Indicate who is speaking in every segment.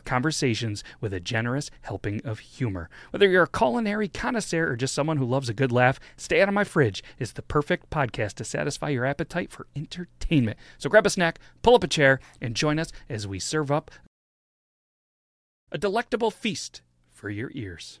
Speaker 1: conversations with a generous helping of humor. Whether you're a culinary connoisseur or just someone who loves a good laugh, Stay Out of My Fridge is the perfect podcast to satisfy your appetite for entertainment. So grab a snack, pull up a chair, and join us as we serve up a delectable feast for your ears.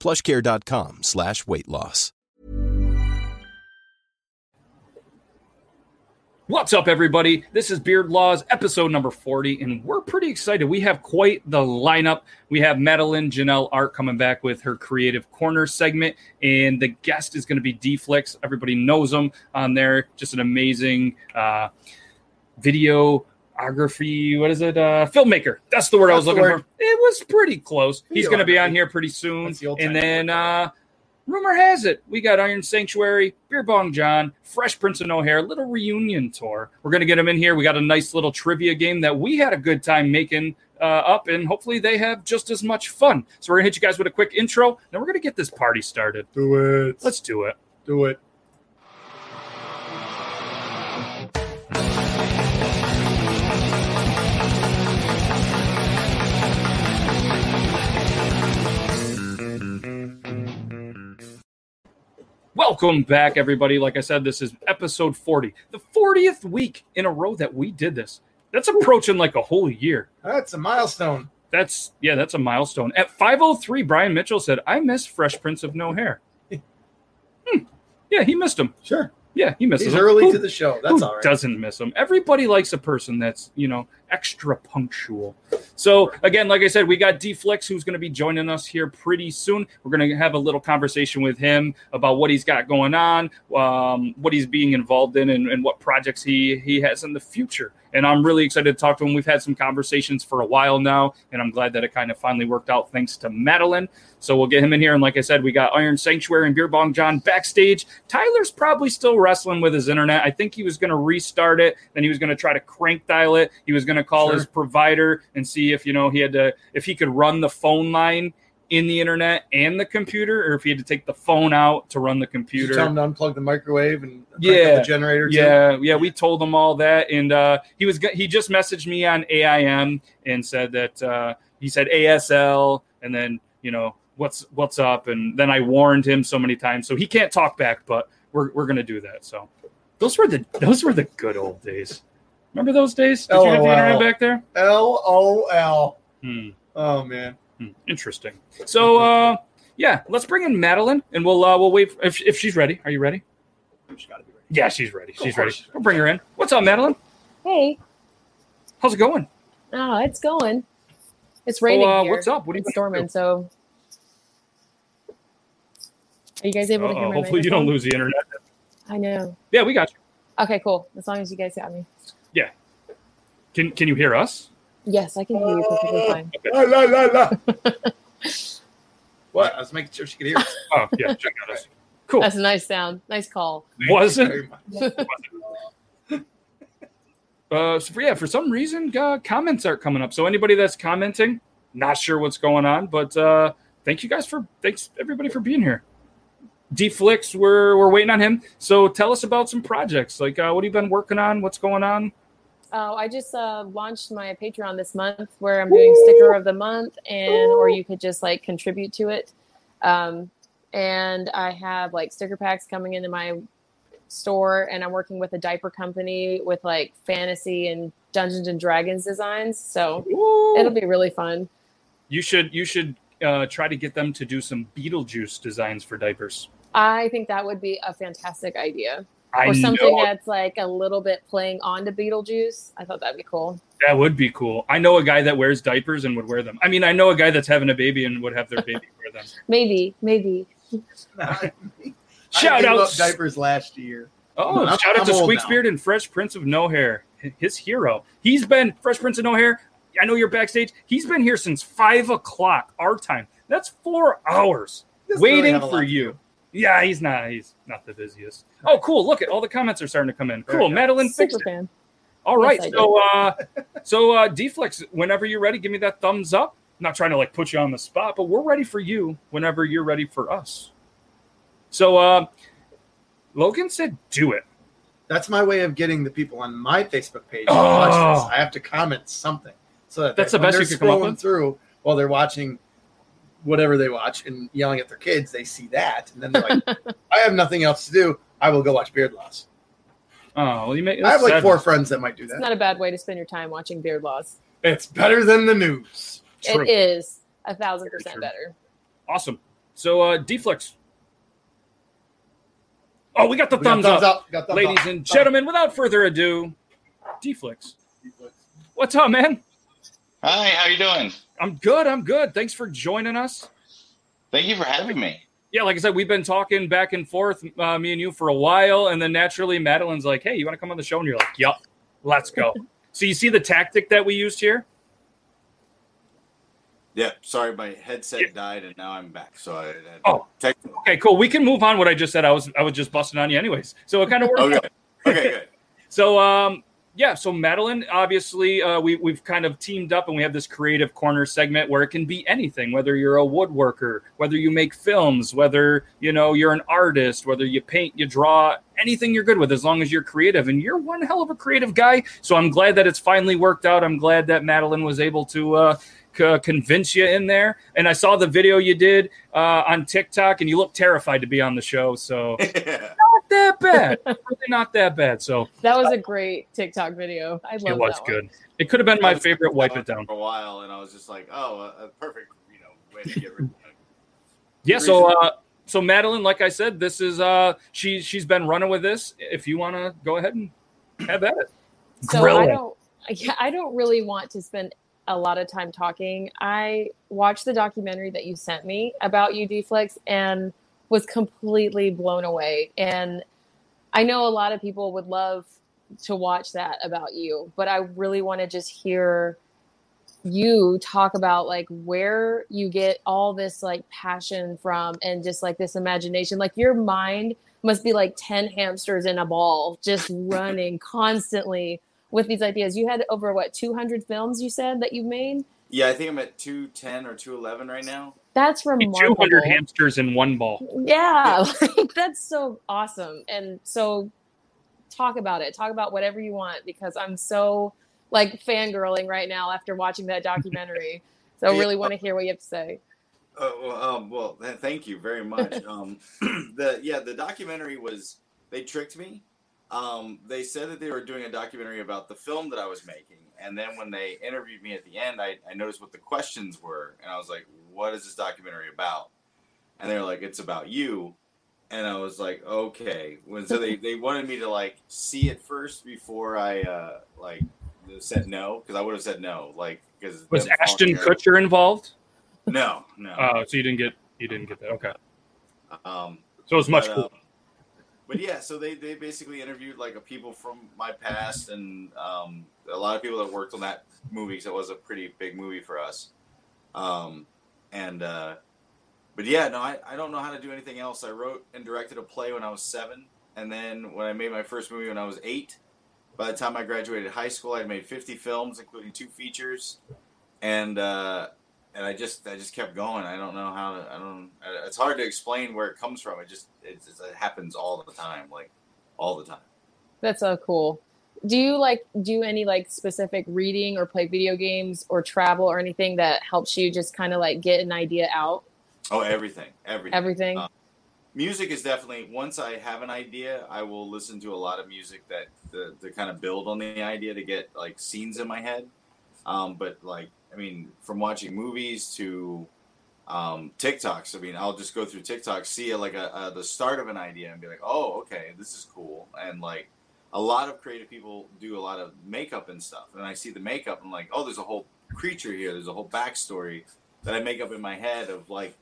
Speaker 2: plushcare.com slash weight loss.
Speaker 1: What's up, everybody? This is Beard Laws, episode number 40, and we're pretty excited. We have quite the lineup. We have Madeline Janelle Art coming back with her Creative Corner segment, and the guest is going to be D-Flix. Everybody knows him on there. Just an amazing uh, videography, what is it? Uh, filmmaker. That's the word I was
Speaker 3: That's the
Speaker 1: looking
Speaker 3: word.
Speaker 1: for. It was pretty close. He's going to be on
Speaker 3: Videography.
Speaker 1: here pretty soon.
Speaker 3: That's the old
Speaker 1: and
Speaker 3: title.
Speaker 1: then uh, rumor has it we got Iron Sanctuary, Beer Bong John, Fresh Prince of No Hair, little reunion tour. We're gonna get them in here. We got a nice little trivia game that we had a good time making uh, up, and hopefully they have just as much fun. So we're gonna hit you guys with a quick intro, then we're gonna get this party started.
Speaker 3: Do it.
Speaker 1: Let's do it.
Speaker 3: do it.
Speaker 1: Welcome back, everybody. Like I said, this is episode 40, the 40th week in a row that we did this. That's approaching like a whole year.
Speaker 3: That's a milestone.
Speaker 1: That's yeah, that's a milestone. At 503, Brian Mitchell said, I miss Fresh Prince of No Hair. Hmm. Yeah, he missed him.
Speaker 3: Sure.
Speaker 1: Yeah, he misses
Speaker 3: He's
Speaker 1: him.
Speaker 3: early
Speaker 1: Who-
Speaker 3: to the show. That's
Speaker 1: who
Speaker 3: all right.
Speaker 1: Doesn't miss him. Everybody likes a person that's, you know, extra punctual. So again, like I said, we got D Flex who's gonna be joining us here pretty soon. We're gonna have a little conversation with him about what he's got going on, um, what he's being involved in and, and what projects he he has in the future. And I'm really excited to talk to him. We've had some conversations for a while now, and I'm glad that it kind of finally worked out thanks to Madeline. So we'll get him in here. And like I said, we got Iron Sanctuary and Beer Bong John backstage. Tyler's probably still wrestling with his internet. I think he was going to restart it. Then he was going to try to crank dial it. He was going to call
Speaker 3: Sure.
Speaker 1: his provider and see if, you know, he had to, if he could run the phone line in the internet and the computer, or if he had to take the phone out to run the
Speaker 3: Did
Speaker 1: computer.
Speaker 3: you tell him to unplug the microwave and crank up
Speaker 1: Yeah.
Speaker 3: the generator. too?
Speaker 1: Yeah, yeah, we told him all that, and uh, he was go- he just messaged me on AIM and said that uh, he said ASL, and then you know what's what's up, and then I warned him so many times, so he can't talk back, but we're we're gonna do that. So those were the those were the good old days. Remember those days? Did you have the
Speaker 3: LOL.
Speaker 1: internet back there?
Speaker 3: L O L.
Speaker 1: Hmm.
Speaker 3: Oh man.
Speaker 1: Hmm, Interesting. So, uh, yeah, let's bring in Madeline, and we'll uh, we'll wait if, if she's ready. Are you ready? Yeah, she's ready. She's ready.
Speaker 3: course she's ready.
Speaker 1: We'll bring her in. What's up, Madeline?
Speaker 4: Hey,
Speaker 1: How's it going? Oh,
Speaker 4: oh, it's going. It's raining
Speaker 1: uh,
Speaker 4: here.
Speaker 1: what's up? What are you
Speaker 4: It's
Speaker 1: gonna do?
Speaker 4: storming? So, are you guys able to hear
Speaker 1: Uh-oh,
Speaker 4: me?
Speaker 1: hopefully you don't lose the internet.
Speaker 4: I know.
Speaker 1: Yeah, we got you.
Speaker 4: Okay, cool. As long as you guys got me.
Speaker 1: Can Can you hear us?
Speaker 4: Yes, I can hear you perfectly fine.
Speaker 3: La, la, la, la. what? I was making sure she could hear. us.
Speaker 1: Oh yeah, check out us. Cool.
Speaker 4: That's a nice sound. Nice call.
Speaker 3: Thank you
Speaker 1: Wasn't
Speaker 3: very much.
Speaker 1: Uh, so for, yeah, for some reason, uh, comments aren't coming up. So anybody that's commenting, not sure what's going on, but uh, thank you guys for thanks everybody for being here. Deflix, we're we're waiting on him. So tell us about some projects. Like, uh, what have you been working on? What's going on?
Speaker 4: Oh, I just uh, launched my Patreon this month where I'm doing sticker of the month, and or you could just like contribute to it. Um, and I have like sticker packs coming into my store, and I'm working with a diaper company with like fantasy and Dungeons and Dragons designs. So it'll be really fun.
Speaker 1: You should you should uh, try to get them to do some Beetlejuice designs for diapers.
Speaker 4: I think that would be a fantastic idea,
Speaker 1: I
Speaker 4: or something
Speaker 1: know
Speaker 4: that's like a little bit playing on to Beetlejuice. I thought that'd be cool.
Speaker 1: that would be cool. I know a guy that wears diapers and would wear them. I mean, I know a guy that's having a baby and would have their baby wear them.
Speaker 4: Maybe, maybe.
Speaker 3: I
Speaker 1: Shout
Speaker 3: gave
Speaker 1: out
Speaker 3: up diapers last year.
Speaker 1: Oh,
Speaker 3: I'm-
Speaker 1: shout out
Speaker 3: I'm
Speaker 1: to
Speaker 3: old
Speaker 1: Squeaks
Speaker 3: now.
Speaker 1: Beard and Fresh Prince of No Hair, h- his hero. He's been Fresh Prince of No Hair. I know you're backstage. He's been here since five o'clock our time. That's four hours
Speaker 3: Doesn't really
Speaker 1: waiting
Speaker 3: have a lot
Speaker 1: for
Speaker 3: to
Speaker 1: you. Yeah, he's not. He's not the busiest. Oh, cool! Look at all the comments are starting to come in.
Speaker 3: There
Speaker 1: Cool,
Speaker 3: you go.
Speaker 1: Madeline fixed
Speaker 4: Super
Speaker 1: it.
Speaker 4: fan.
Speaker 1: All right,
Speaker 4: Yes, I
Speaker 1: so uh, so uh, Deflex, whenever you're ready, give me that thumbs up. not trying to like put you on the spot, but we're ready for you whenever you're ready for us. So uh, Logan said, "Do it."
Speaker 3: That's my way of getting the people on my Facebook page. to
Speaker 1: Oh.
Speaker 3: watch this. I have to comment something so that
Speaker 1: That's
Speaker 3: they-
Speaker 1: the
Speaker 3: when
Speaker 1: best
Speaker 3: they're
Speaker 1: you could come up
Speaker 3: scrolling
Speaker 1: with?
Speaker 3: through while they're watching whatever they watch and yelling at their kids. They see that, and then they're like, "I have nothing else to do. I will go watch Beard Loss."
Speaker 1: Oh, well, you make.
Speaker 3: I have like
Speaker 1: that's
Speaker 3: four friends that might do
Speaker 4: It's
Speaker 3: that.
Speaker 4: not a bad way to spend your time watching Beard Laws.
Speaker 3: It's better than the news.
Speaker 1: sad. True.
Speaker 4: It is a thousand percent
Speaker 1: true.
Speaker 4: better.
Speaker 1: Awesome. So, uh, Deflex. Oh, we got the
Speaker 3: We got
Speaker 1: thumbs, up,
Speaker 3: got thumbs
Speaker 1: ladies
Speaker 3: up.
Speaker 1: and
Speaker 3: Thumbs up.
Speaker 1: gentlemen. Without further ado, Deflex, what's up, man?
Speaker 5: Hi, how you doing?
Speaker 1: I'm good. I'm good. Thanks for joining us.
Speaker 5: Thank you for having me.
Speaker 1: Yeah, like I said, we've been talking back and forth, uh, me and you, for a while, and then naturally, Madeline's like, "Hey, you want to come on the show?" And you're like, "Yup, let's go." so you see the tactic that we used here.
Speaker 2: Yeah, sorry, my headset
Speaker 1: Yeah.
Speaker 2: died and now I'm back. So I, I
Speaker 1: Oh.
Speaker 2: tech-
Speaker 1: Okay, cool. We can move on. What I just said, I was I was just busting on you, anyways. So it kind of worked. out.
Speaker 2: okay, okay, good.
Speaker 1: So um yeah, so Madeline, obviously, uh, we we've kind of teamed up, and we have this creative corner segment where it can be anything. Whether you're a woodworker, whether you make films, whether you know you're an artist, whether you paint, you draw, anything you're good with, as long as you're creative. And you're one hell of a creative guy. So I'm glad that it's finally worked out. I'm glad that Madeline was able to uh, c- convince you in there. And I saw the video you did uh, on TikTok, and you looked terrified to be on the show. So not that bad, really not that bad. So.
Speaker 4: That was a great TikTok video. I love
Speaker 1: Uh, It was
Speaker 4: that one.
Speaker 1: good. It could have been my
Speaker 2: I was
Speaker 1: favorite. Wipe it
Speaker 2: talking
Speaker 1: down.
Speaker 2: for a while, and I was just like, oh, a, a perfect, you know, way to get rid of it.
Speaker 1: Yeah. So, uh, so Madeline, like I said, this is uh, she she's been running with this. If you want to go ahead and have at it,
Speaker 4: So
Speaker 1: Grill
Speaker 4: I
Speaker 1: it.
Speaker 4: don't yeah, I don't really want to spend a lot of time talking. I watched the documentary that you sent me about you Deflex and was completely blown away. And I know a lot of people would love to watch that about you, but I really want to just hear you talk about like where you get all this like passion from and just like this imagination. Like your mind must be like 10 hamsters in a ball just running constantly with these ideas. You had over what 200 films you said that you've made?
Speaker 2: Yeah, I think I'm at 210 or 211 right now.
Speaker 4: That's
Speaker 1: two
Speaker 4: remarkable.
Speaker 1: hundred hamsters in one ball.
Speaker 4: Yeah, like, that's so awesome. And so, talk about it. Talk about whatever you want because I'm so like fangirling right now after watching that documentary. So I really want to hear what you have to say.
Speaker 2: Oh, well, um, well, th- thank you very much. Um, the yeah, the documentary was they tricked me. Um, they said that they were doing a documentary about the film that I was making, and then when they interviewed me at the end, I, I noticed what the questions were, and I was like, "What is this documentary about?" And they're like, "It's about you," and I was like, "Okay." When so they they wanted me to like see it first before I uh, like said no because I would have said no. Like because
Speaker 6: Was Ashton Kutcher involved?
Speaker 2: No, no.
Speaker 1: Uh, so you didn't get you didn't get that. Okay.
Speaker 6: Uh.
Speaker 2: Um,
Speaker 1: So it's much
Speaker 2: but, uh,
Speaker 1: cooler.
Speaker 2: but yeah, so they they basically interviewed like a people from my past and um, a lot of people that worked on that movie. So it was a pretty big movie for us. Um, and uh, but yeah, no, I, I don't know how to do anything else. I wrote and directed a play when I was seven, and then when I made my first movie when I was eight. By the time I graduated high school, I'd made fifty films, including two features, and uh, and I just I just kept going. I don't know how to, I don't. I- It's hard to explain where it comes from. It just it, just- it happens all the time, like all the time.
Speaker 4: That's so cool. Do you like do any like specific reading or play video games or travel or anything that helps you just kind of like get an idea out?
Speaker 2: Oh, everything, everything,
Speaker 4: Everything?
Speaker 2: Uh, music is definitely once I have an idea, I will listen to a lot of music that the to kind of build on the idea to get like scenes in my head. Um, but like, I mean, from watching movies to um, TikToks, I mean, I'll just go through TikTok, see like a, a the start of an idea, and be like, oh, okay, this is cool. And like, a lot of creative people do a lot of makeup and stuff, and I see the makeup, I'm like, oh, there's a whole creature here, there's a whole backstory that I make up in my head of like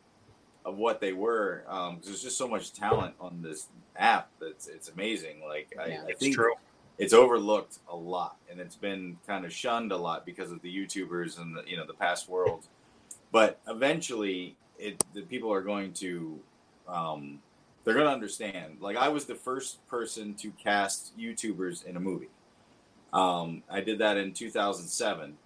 Speaker 2: of what they were. Um, 'cause there's just so much talent on this app that's it's amazing. Like I,
Speaker 4: Yeah.
Speaker 2: I
Speaker 1: It's
Speaker 2: think
Speaker 1: true.
Speaker 2: it's overlooked a lot, and it's been kind of shunned a lot because of the YouTubers and the you know the past world. But eventually, it the people are going to. Um, they're going to understand. Like I was the first person to cast YouTubers in a movie. Um, I did that in 2007,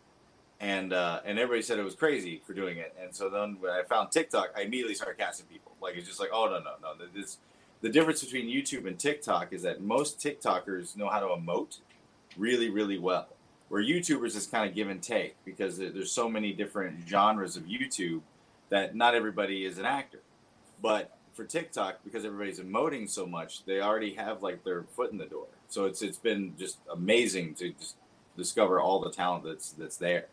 Speaker 2: and uh, and everybody said it was crazy for doing it. And so then when I found TikTok, I immediately started casting people. Like it's just like, oh no no no. th- This the difference between YouTube and TikTok is that most TikTokers know how to emote really really well, where YouTubers is kind of give and take because there- there's so many different genres of YouTube that not everybody is an actor. But for TikTok, because everybody's emoting so much, they already have like their foot in the door. So it's it's been just amazing to just discover all the talent that's that's there.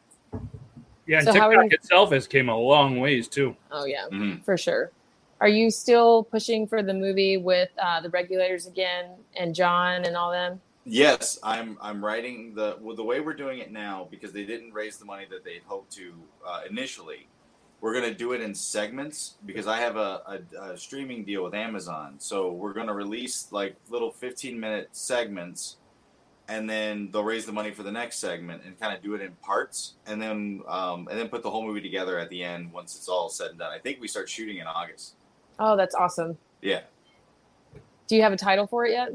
Speaker 1: Yeah, and
Speaker 4: So how are
Speaker 1: TikTok
Speaker 4: you-
Speaker 1: itself has came a long ways too.
Speaker 4: Oh yeah,
Speaker 2: Mhm.
Speaker 4: for sure. Are you still pushing for the movie with uh, the regulators again and John and all them?
Speaker 2: Yes, I'm I'm writing the well, the way we're doing it now because they didn't raise the money that they hoped to uh, initially. We're gonna do it in segments because I have a, a, a streaming deal with Amazon, so we're gonna release like little 15 minute segments, and then they'll raise the money for the next segment and kind of do it in parts, and then um, and then put the whole movie together at the end once it's all said and done. I think we start shooting in August.
Speaker 4: Oh, that's awesome.
Speaker 2: Yeah.
Speaker 4: Do you have a title for it yet?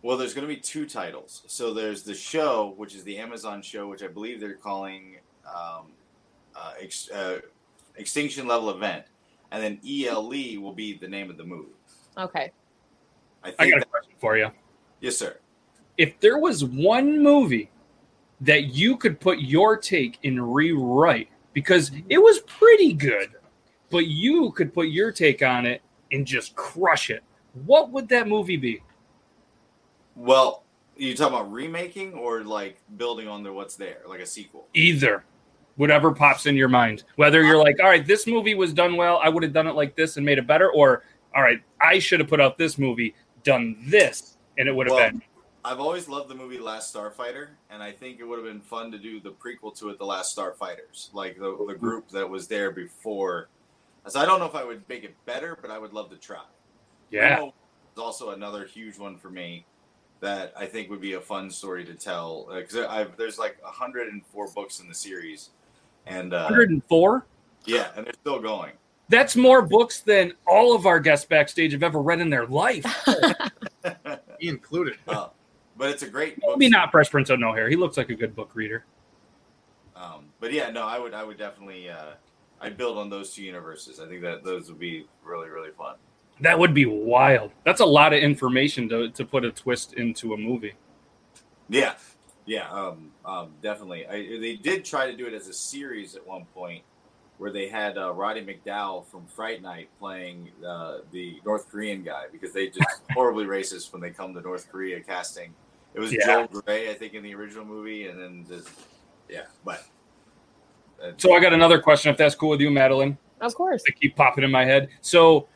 Speaker 2: Well, there's going to be two titles. So there's the show, which is the Amazon show, which I believe they're calling um, uh, ex- uh, Extinction Level Event. And then ELE will be the name of the movie.
Speaker 4: Okay.
Speaker 2: I
Speaker 1: I
Speaker 2: think.
Speaker 1: got a
Speaker 2: that-
Speaker 1: question for you.
Speaker 2: yes, sir.
Speaker 1: If there was one movie that you could put your take and rewrite because it was pretty good, but you could put your take on it and just crush it, what would that movie be?
Speaker 2: Well, you talking about remaking or like building on the what's there, like a sequel?
Speaker 1: Either. Whatever pops in your mind. Whether you're like, all right, this movie was done well, I would have done it like this and made it better, or all right, I should have put out this movie, done this, and it would have
Speaker 2: Well,
Speaker 1: been
Speaker 2: I've always loved the movie Last Starfighter, and I think it would have been fun to do the prequel to it, The Last Starfighters, like the, the group that was there before. So I don't know if I would make it better, but I would love to try.
Speaker 1: yeah.
Speaker 2: Remo is also another huge one for me that I think would be a fun story to tell because I've there's like 104 books in the series, and uh,
Speaker 1: 104?
Speaker 2: yeah, and they're still going.
Speaker 1: That's more books than all of our guests backstage have ever read in their life.
Speaker 7: He included.
Speaker 2: Uh, but it's a great book.
Speaker 1: Maybe not Fresh Prince of No Hair. He looks like a good book reader.
Speaker 2: Um, but yeah, no, I would I would definitely uh, I build on those two universes. I think that those would be really really fun.
Speaker 1: That would be wild. That's a lot of information to, to put a twist into a movie.
Speaker 2: Yeah, yeah, um, um, definitely. I, they did try to do it as a series at one point, where they had uh, Roddy McDowell from Fright Night playing uh, the North Korean guy because they just horribly racist when they come to North Korea casting. It was
Speaker 1: Yeah.
Speaker 2: Joel Gray, I think, in the original movie, and then just yeah, but uh,
Speaker 1: So I got another question, if that's cool with you, Madeline.
Speaker 4: Of course.
Speaker 1: I keep popping in my head. So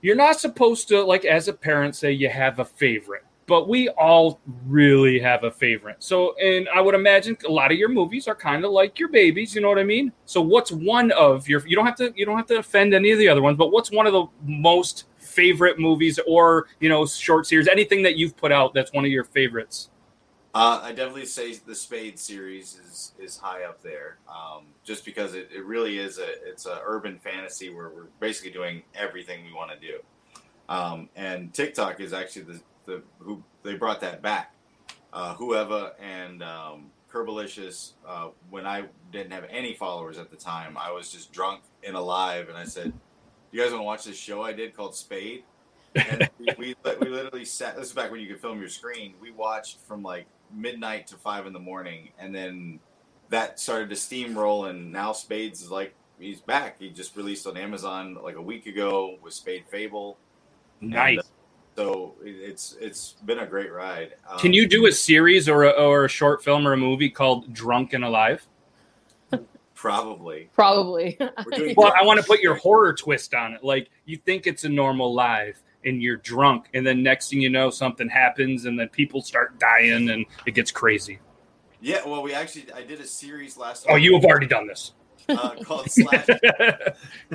Speaker 1: you're not supposed to, like, as a parent, say you have a favorite. but we all really have a favorite. So, and I would imagine a lot of your movies are kind of like your babies. You know what I mean? So, what's one of your? You don't have to. You don't have to offend any of the other ones. But what's one of the most favorite movies or you know short series? Anything that you've put out that's one of your favorites?
Speaker 2: Uh, I definitely say the Spade series is is high up there, um, just because it, it really is a it's a urban fantasy where we're basically doing everything we want to do, um, and TikTok is actually the, the who they brought that back. Uh, whoever and um, Kerbalicious, uh, when I didn't have any followers at the time, I was just drunk and alive, and I said, "You guys want to watch this show I did called Spade?" and we, we, li- we literally sat. This is back when you could film your screen. We watched from like midnight to five in the morning, and then that started to steamroll. And now Spades is like he's back. He just released on Amazon like a week ago with Spade Fable. And,
Speaker 1: Nice.
Speaker 2: uh, so it- it's it's been a great ride. Um,
Speaker 1: Can you do a series or a, or a short film or a movie called Drunk and Alive?
Speaker 2: Probably.
Speaker 4: Probably.
Speaker 1: well, I want to put your horror twist on it. Like you think it's a normal live and you're drunk, and then next thing you know, something happens, and then people start dying, and it gets crazy.
Speaker 2: Yeah. Well, we actually I did a series last.
Speaker 1: Oh, you have already done this.
Speaker 2: uh, called Slash,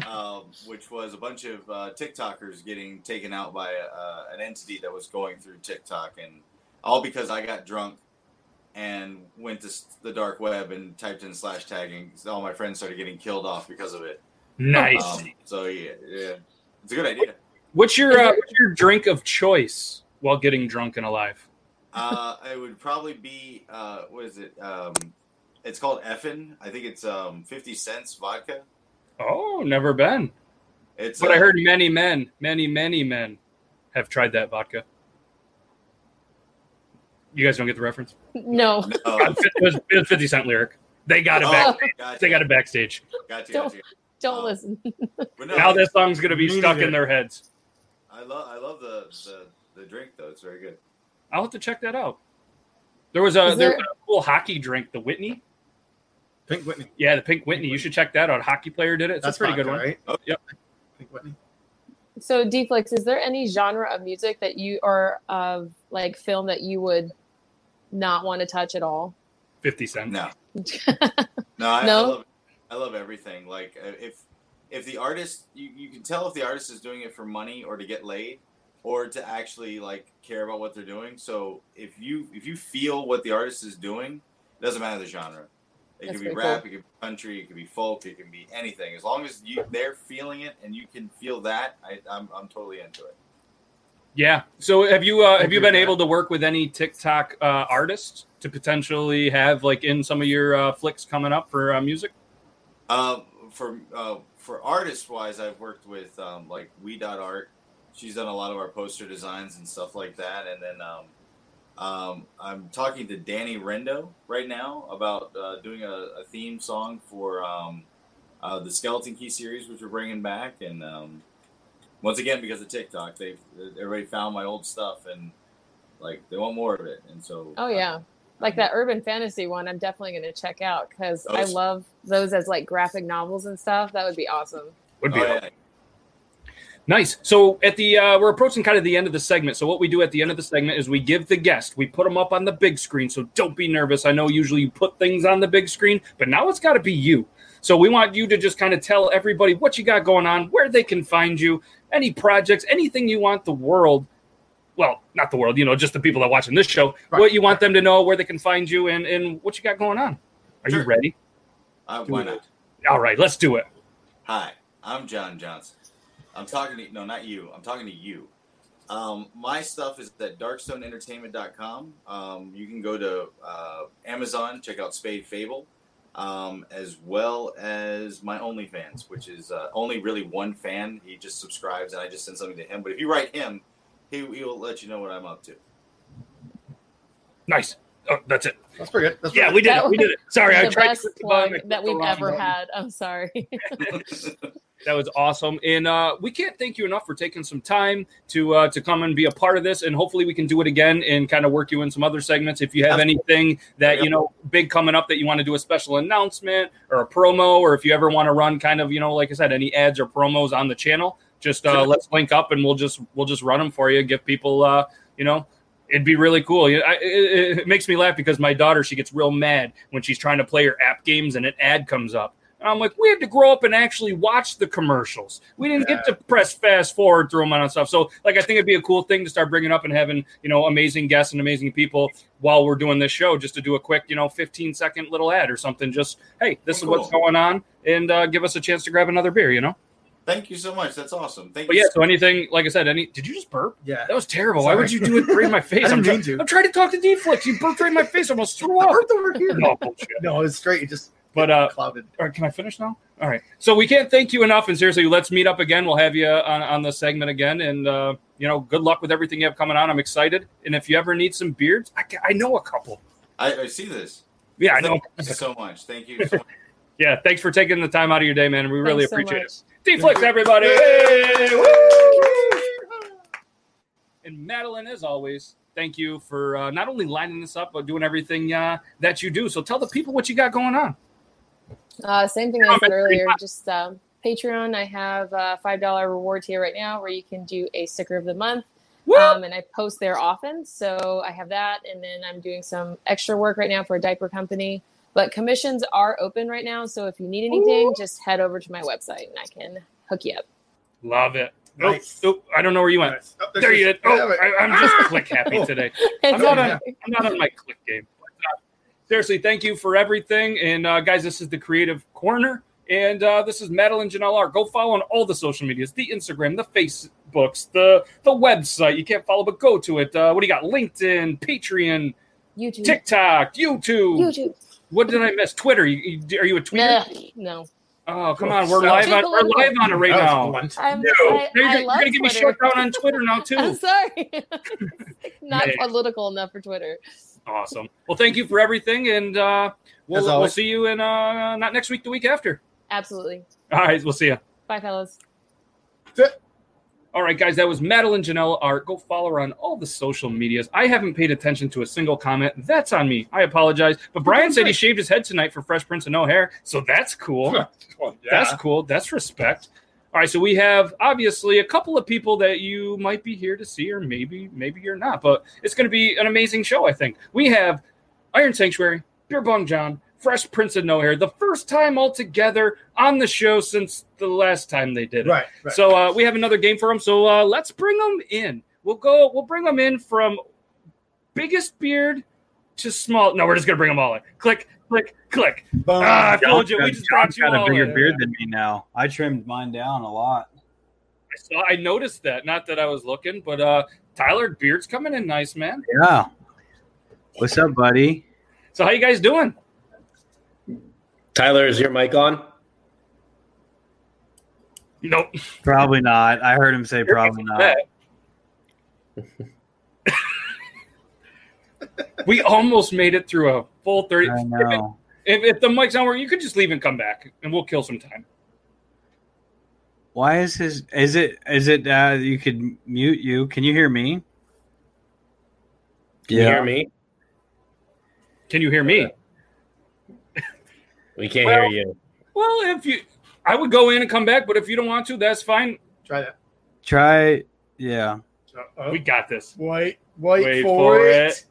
Speaker 2: um, which was a bunch of uh, TikTokers getting taken out by uh, an entity that was going through TikTok, and all because I got drunk and went to s- the dark web and typed in slash tagging. So all my friends started getting killed off because of it.
Speaker 1: Nice.
Speaker 2: Um, so yeah, yeah, it's a good idea.
Speaker 1: What's your uh, what's your drink of choice while getting drunk and alive?
Speaker 2: Uh, it would probably be uh, what is it? Um, it's called Effin. I think it's um, fifty cents vodka.
Speaker 1: Oh, never been.
Speaker 2: It's
Speaker 1: But
Speaker 2: uh,
Speaker 1: I heard many men, many many men, have tried that vodka. You guys don't get the reference.
Speaker 4: No.
Speaker 2: uh, No.
Speaker 1: it, was, it was Fifty Cent lyric. They got it
Speaker 2: Oh,
Speaker 1: back.
Speaker 2: gotcha.
Speaker 1: They got it backstage.
Speaker 2: Gotcha,
Speaker 4: Don't-
Speaker 2: gotcha.
Speaker 4: Don't listen.
Speaker 2: But
Speaker 1: Now that song's gonna be
Speaker 2: Me
Speaker 1: stuck
Speaker 2: neither.
Speaker 1: in their heads.
Speaker 2: I love I love the, the the drink though. It's very good.
Speaker 1: I'll have to check that out. There was a
Speaker 4: Is
Speaker 1: there
Speaker 4: there-
Speaker 1: was a cool hockey drink, the Whitney.
Speaker 7: Pink Whitney.
Speaker 1: Yeah, the Pink Whitney. You should check that out. Hockey player did it. It's
Speaker 7: That's
Speaker 1: a pretty good
Speaker 7: vodka,
Speaker 1: one.
Speaker 7: right?
Speaker 2: Oh,
Speaker 1: Yep.
Speaker 7: Pink Whitney.
Speaker 4: So, Deflex, is there any genre of music that you or of like film that you would not want to touch at all?
Speaker 1: Fifty Cent.
Speaker 2: No, no, I, I
Speaker 4: No?
Speaker 2: love I love everything. Like uh, if if the artist you, you can tell if the artist is doing it for money or to get laid or to actually like care about what they're doing. So if you if you feel what the artist is doing, it doesn't matter the genre. It
Speaker 4: That's
Speaker 2: could be
Speaker 4: pretty
Speaker 2: rap,
Speaker 4: cool.
Speaker 2: it could be country, it could be folk, it can be anything. As long as you they're feeling it and you can feel that, I, I'm I'm totally into it.
Speaker 1: Yeah. So have you uh, have you
Speaker 7: agree
Speaker 1: been
Speaker 7: with
Speaker 1: able to work with any TikTok uh, artists to potentially have like in some of your uh, flicks coming up for uh, music?
Speaker 2: Uh, for uh, for artist wise, I've worked with um, like We Dot Art. She's done a lot of our poster designs and stuff like that. And then um, um, I'm talking to Danny Rendo right now about uh, doing a, a theme song for um, uh, the Skeleton Key series, which we're bringing back. And um, once again, because of TikTok, they everybody found my old stuff and like they want more of it. And so uh,
Speaker 4: Oh, yeah. Like that urban fantasy one, I'm definitely going to check out because I
Speaker 2: Those-
Speaker 4: love those as like graphic novels and stuff. That would be awesome.
Speaker 1: Would
Speaker 2: Oh, yeah.
Speaker 1: Nice. So at the uh, we're approaching kind of the end of the segment. So what we do at the end of the segment is we give the guest, we put them up on the big screen. So don't be nervous. I know usually you put things on the big screen, but now it's got to be you. So we want you to just kind of tell everybody what you got going on, where they can find you, any projects, anything you want the world. Well, not the world, you know, just the people that are watching this show.
Speaker 7: Right.
Speaker 1: What you want them to know, where they can find you, and and what you got going on. Are you
Speaker 2: Sure.
Speaker 1: ready?
Speaker 2: Uh, why not?
Speaker 1: All right, let's do it.
Speaker 2: Hi, I'm John Johnson. I'm talking to no, not you. I'm talking to you. Um, my stuff is at darkstoneentertainment.com. Um, you can go to uh, Amazon, check out Spade Fable, um, as well as my OnlyFans, which is uh, only really one fan. He just subscribes, and I just send something to him. But if you write him, he, he will let you know what I'm up to.
Speaker 1: Nice. Oh, that's it.
Speaker 7: That's pretty good. That's
Speaker 1: Yeah,
Speaker 7: pretty
Speaker 1: we did
Speaker 4: That
Speaker 1: it. We did it. Sorry, I
Speaker 4: the
Speaker 1: tried
Speaker 4: best
Speaker 1: to click the
Speaker 4: plug
Speaker 1: button. I clicked
Speaker 4: that
Speaker 1: the
Speaker 4: we've
Speaker 1: wrong
Speaker 4: ever
Speaker 1: button.
Speaker 4: had. I'm sorry.
Speaker 1: That was awesome, and uh, we can't thank you enough for taking some time to uh, to come and be a part of this. And hopefully, we can do it again and kind of work you in some other segments. If you have anything that you know big coming up that you want to do a special announcement or a promo, or if you ever want to run kind of you know like I said, any ads or promos on the channel, just uh,
Speaker 2: Sure.
Speaker 1: let's link up and we'll just we'll just run them for you. Give people uh, you know It'd be really cool. You know, I, it, it makes me laugh because my daughter she gets real mad when she's trying to play her app games and an ad comes up. And I'm like, we had to grow up and actually watch the commercials. We didn't get to press fast forward through them and stuff. So, like, I think it'd be a cool thing to start bringing up and having, you know, amazing guests and amazing people while we're doing this show, just to do a quick, you know, 15 second little ad or something. Just, hey, this is what's
Speaker 2: Cool.
Speaker 1: going on, and uh, give us a chance to grab another beer, you know?
Speaker 2: Thank you so much. That's awesome. Thank
Speaker 1: But
Speaker 2: you.
Speaker 1: yeah, so anything, like I said, any, did you just burp?
Speaker 7: Yeah.
Speaker 1: That was terrible. Why
Speaker 7: Sorry.
Speaker 1: would you do it right in my face?
Speaker 7: I didn't
Speaker 1: I'm, try-
Speaker 7: mean to.
Speaker 1: I'm trying to talk to Netflix. You burped right in my face. I almost threw up.
Speaker 7: over here.
Speaker 1: No, bullshit.
Speaker 7: No, it's straight. It just
Speaker 1: But, uh,
Speaker 7: clouded.
Speaker 1: All right, can I finish now? All right. So we can't thank you enough. And seriously, let's meet up again. We'll have you on, on the segment again. And, uh, you know, good luck with everything you have coming on. I'm excited. And if you ever need some beards, I, ca- I know a couple.
Speaker 2: I, I see this.
Speaker 1: Yeah, I know.
Speaker 2: Thank you so much. Thank you. So much.
Speaker 1: Yeah, thanks for taking the time out of your day, man. We really
Speaker 4: Thanks so
Speaker 1: appreciate
Speaker 4: much.
Speaker 1: it. D-Flex, everybody. Hey, woo! And Madeline, as always, thank you for uh, not only lining this up, but doing everything uh, that you do. So tell the people what you got going on.
Speaker 4: Uh, same thing I said earlier. Just um, Patreon. I have a five dollar reward tier right now, where you can do a sticker of the month, um, and I post there often. So I have that, and then I'm doing some extra work right now for a diaper company. But commissions are open right now, so if you need anything, just head over to my website, and I can hook you up.
Speaker 1: Love it. Nope,
Speaker 7: Nice.
Speaker 1: nope, I don't know where you went.
Speaker 7: Nice. Oh,
Speaker 1: oh, There you
Speaker 7: is-
Speaker 1: is. Oh,
Speaker 7: yeah,
Speaker 1: I, I'm just click happy today. I'm not, on, I'm not on my click game. But, uh, seriously, thank you for everything. And uh, guys, this is the Creative Corner. And uh, this is Madeline Janelle R. Go follow on all the social medias the Instagram, the Facebooks, the, the website. You can't follow, but go to it. Uh, what do you got? LinkedIn, Patreon,
Speaker 4: YouTube.
Speaker 1: TikTok, YouTube.
Speaker 4: YouTube.
Speaker 1: What did I miss? Twitter. You, you- are you a tweeter?
Speaker 4: Ugh, no.
Speaker 1: Oh, come on. We're live, on, we're live on it right
Speaker 7: That was
Speaker 1: now.
Speaker 7: blunt.
Speaker 4: I'm,
Speaker 1: No,
Speaker 4: I,
Speaker 1: you're,
Speaker 4: I
Speaker 1: gonna- you're
Speaker 4: love
Speaker 1: gonna get me
Speaker 4: Twitter.
Speaker 1: shut down on Twitter now too.
Speaker 4: I'm sorry. Not
Speaker 1: Man.
Speaker 4: political enough for Twitter.
Speaker 1: Awesome. Well, thank you for everything, and uh, we'll,
Speaker 7: As
Speaker 1: we'll
Speaker 7: always.
Speaker 1: see you in uh, not next week, the week after.
Speaker 4: Absolutely.
Speaker 1: All right, we'll see you.
Speaker 4: Bye, fellas.
Speaker 1: All right, guys, that was Madeline Janelle Art. Go follow her on all the social medias. I haven't paid attention to a single comment. That's on me. I apologize. But Brian said he shaved his head tonight for Fresh Prince of No Hair, so that's cool.
Speaker 7: Well, yeah.
Speaker 1: That's cool. That's respect. All right, so we have obviously a couple of people that you might be here to see, or maybe maybe you're not, but it's going to be an amazing show. I think we have Iron Sanctuary, Beer Bong John, Fresh Prince of No Hair, the first time all together on the show since the last time they did it.
Speaker 7: right. right.
Speaker 1: So uh, we have another game for them. So uh, let's bring them in. We'll go. We'll bring them in from biggest beard to small. No, we're just gonna bring them all in. Click, click, click.
Speaker 7: Boom.
Speaker 1: Ah, I told you. We just brought
Speaker 8: Uh, John's
Speaker 1: you
Speaker 8: got a
Speaker 1: all
Speaker 8: bigger
Speaker 1: in.
Speaker 8: beard than me now. I trimmed mine down a lot.
Speaker 1: I saw. I noticed that. Not that I was looking, but uh, Tyler Beard's coming in nice, man.
Speaker 8: Yeah. What's up, buddy?
Speaker 1: So how you guys doing?
Speaker 3: Tyler, is your mic on?
Speaker 1: Nope.
Speaker 8: Probably not. I heard him say probably not.
Speaker 1: we almost made it through a full thirty.
Speaker 8: I know.
Speaker 1: If, if the mic's not working, you could just leave and come back, and we'll kill some time.
Speaker 8: Why is his? Is it? Is it? Uh, you could mute you. Can you hear me?
Speaker 3: Can you hear me?
Speaker 1: Can you hear me?
Speaker 3: We can't
Speaker 1: Well-
Speaker 3: hear you.
Speaker 1: Well, if you, I would go in and come back, but if you don't want to, that's fine.
Speaker 7: Try that.
Speaker 8: Try. Yeah.
Speaker 3: Oh.
Speaker 7: Uh,
Speaker 1: We got this.
Speaker 7: wait, wait,
Speaker 1: Wait
Speaker 7: for,
Speaker 1: for
Speaker 7: it.
Speaker 1: it.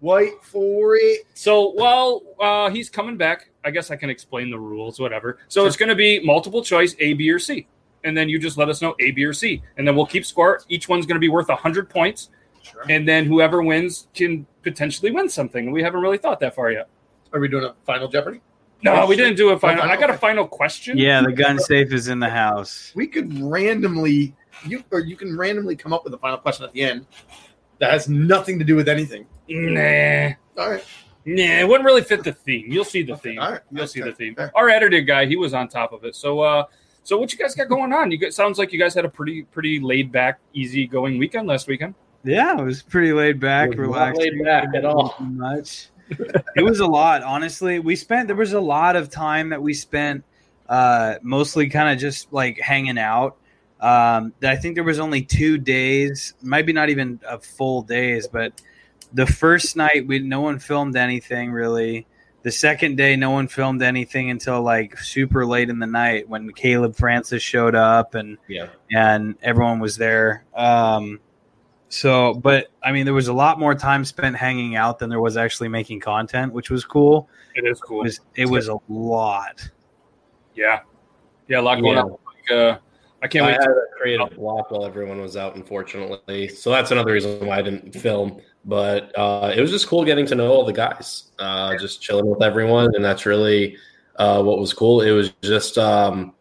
Speaker 7: Wait for it.
Speaker 1: So while uh, he's coming back, I guess I can explain the rules, whatever. So it's going to be multiple choice A, B, or C. And then you just let us know A, B, or C. And then we'll keep score. Each one's going to be worth 100 points.
Speaker 7: Sure.
Speaker 1: And then whoever wins can potentially win something. We haven't really thought that far yet.
Speaker 7: Are we doing a final Jeopardy?
Speaker 1: No,
Speaker 7: Yes.
Speaker 1: we didn't do a final.
Speaker 7: final,
Speaker 1: I got a
Speaker 7: okay.
Speaker 1: final question.
Speaker 8: Yeah. The gun safe is in the house.
Speaker 7: We could randomly you or you can randomly come up with a final question at the end that has nothing to do with anything.
Speaker 1: Nah.
Speaker 7: All right.
Speaker 1: Nah, it wouldn't really fit the theme. You'll see the
Speaker 7: Okay,
Speaker 1: theme.
Speaker 7: all right.
Speaker 1: You'll see
Speaker 7: Okay,
Speaker 1: the theme.
Speaker 7: fair.
Speaker 1: Our editor guy, he was on top of it. So, uh, so what you guys got going on? You guys, sounds like you guys had a pretty, pretty laid back, easy going weekend last weekend.
Speaker 8: Yeah, it was pretty laid back,
Speaker 3: Was not
Speaker 8: relaxed.
Speaker 3: laid back at all.
Speaker 8: Much. it was a lot, honestly. We spent there was a lot of time that we spent uh, mostly kind of just like hanging out. Um, I think there was only two days, maybe not even a full days, but the first night we no one filmed anything really. The second day, no one filmed anything until like super late in the night when Caleb Francis showed up and
Speaker 3: Yeah.
Speaker 8: and everyone was there. Um, So, but I mean, there was a lot more time spent hanging out than there was actually making content, which was cool.
Speaker 1: It is cool.
Speaker 8: It was, it was a lot.
Speaker 1: Yeah, yeah, a lot going
Speaker 3: Yeah.
Speaker 1: on. Like, uh, I can't wait.
Speaker 3: I had
Speaker 1: to-
Speaker 3: a creative block while everyone was out, unfortunately. So that's another reason why I didn't film. But uh, it was just cool getting to know all the guys, uh, just chilling with everyone, and that's really uh, what was cool. It was just um,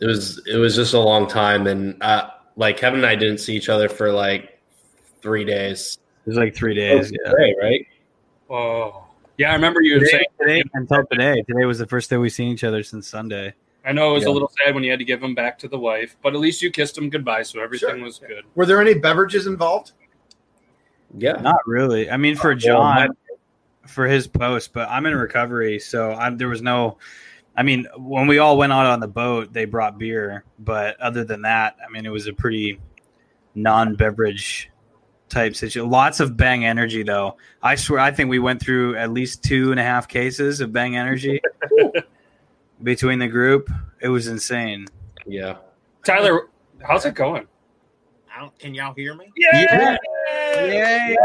Speaker 3: it was it was just a long time, and uh, like Kevin and I didn't see each other for like three days.
Speaker 8: It was like three days, yeah.
Speaker 3: great, right?
Speaker 1: oh, yeah, I remember you
Speaker 8: Today,
Speaker 1: saying
Speaker 8: today until today. Today was the first day we've seen each other since Sunday.
Speaker 1: I know it was
Speaker 8: Yeah.
Speaker 1: a little sad when you had to give him back to the wife, but at least you kissed him goodbye, so everything was good.
Speaker 7: Were there any beverages involved?
Speaker 3: Yeah,
Speaker 8: not really. I mean, for
Speaker 1: well,
Speaker 8: John, for his post, but I'm in recovery, so I, there was no. I mean, when we all went out on the boat, they brought beer, but other than that, I mean, it was a pretty non-beverage type situation. Lots of Bang Energy, though. I swear, I think we went through at least two and a half cases of Bang Energy between the group. It was insane.
Speaker 3: Yeah,
Speaker 1: Tyler, how's it going?
Speaker 9: I don't, can y'all hear me?
Speaker 1: Yeah.
Speaker 8: Yeah.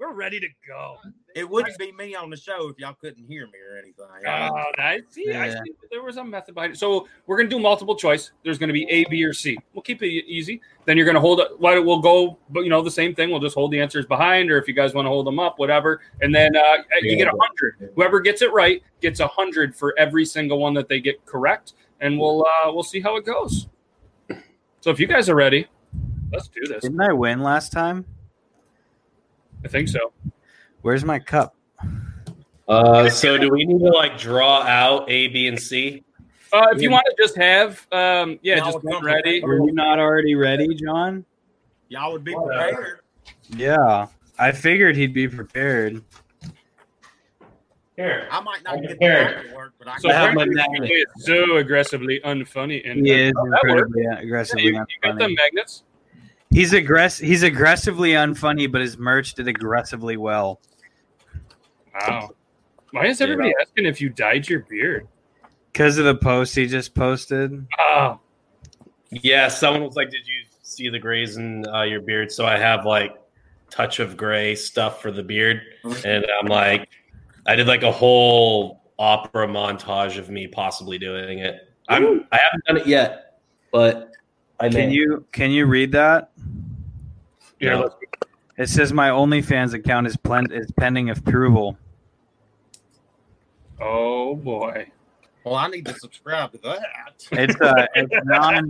Speaker 1: We're ready to go.
Speaker 9: It wouldn't be me on the show if y'all couldn't hear me or anything. Uh,
Speaker 1: Oh, I see. I see. There was a method behind it. So we're gonna do multiple choice. There's gonna be A, B, or C. We'll keep it e-, easy. Then you're gonna hold. it- Why we'll go, but you know the same thing. We'll just hold the answers behind, or if you guys want to hold them up, whatever. And then uh, you get a hundred. Whoever gets it right gets a hundred for every single one that they get correct, and we'll uh, we'll see how it goes. So if you guys are ready, let's do this.
Speaker 8: Didn't I win last time?
Speaker 1: I think so.
Speaker 8: Where's my cup?
Speaker 3: Uh, so do we need to like draw out A, B, and C?
Speaker 1: Uh, if you want to just have, um, yeah,
Speaker 3: No,
Speaker 1: just
Speaker 3: we're
Speaker 1: one ready.
Speaker 8: Were you not already ready, John?
Speaker 9: Y'all would be prepared.
Speaker 8: Yeah, I figured he'd be prepared.
Speaker 9: Here. I might not get
Speaker 1: Here.
Speaker 9: the work, but I
Speaker 1: So
Speaker 8: I have my
Speaker 1: apparently
Speaker 8: magnet.
Speaker 1: he is so aggressively unfunny and
Speaker 8: He is
Speaker 1: Oh, that
Speaker 8: incredibly
Speaker 1: worked.
Speaker 8: aggressively
Speaker 1: You, you got
Speaker 8: unfunny.
Speaker 1: the magnets.
Speaker 8: He's aggress. He's aggressively unfunny, but his merch did aggressively well.
Speaker 1: Wow. Why is everybody asking if you dyed your beard?
Speaker 8: Because of the post he just posted.
Speaker 1: Oh,
Speaker 3: Yeah, someone was like, "Did you see the grays in uh, your beard?" So I have like touch of gray stuff for the beard, and I'm like, I did like a whole opera montage of me possibly doing it. I'm I haven't done it yet, but I
Speaker 8: Can
Speaker 3: may.
Speaker 8: you can you read that?
Speaker 3: Yeah.
Speaker 8: It says my OnlyFans account is plen- is pending approval.
Speaker 1: oh boy.
Speaker 9: Well, I need to subscribe to that.
Speaker 8: It's uh, it's non.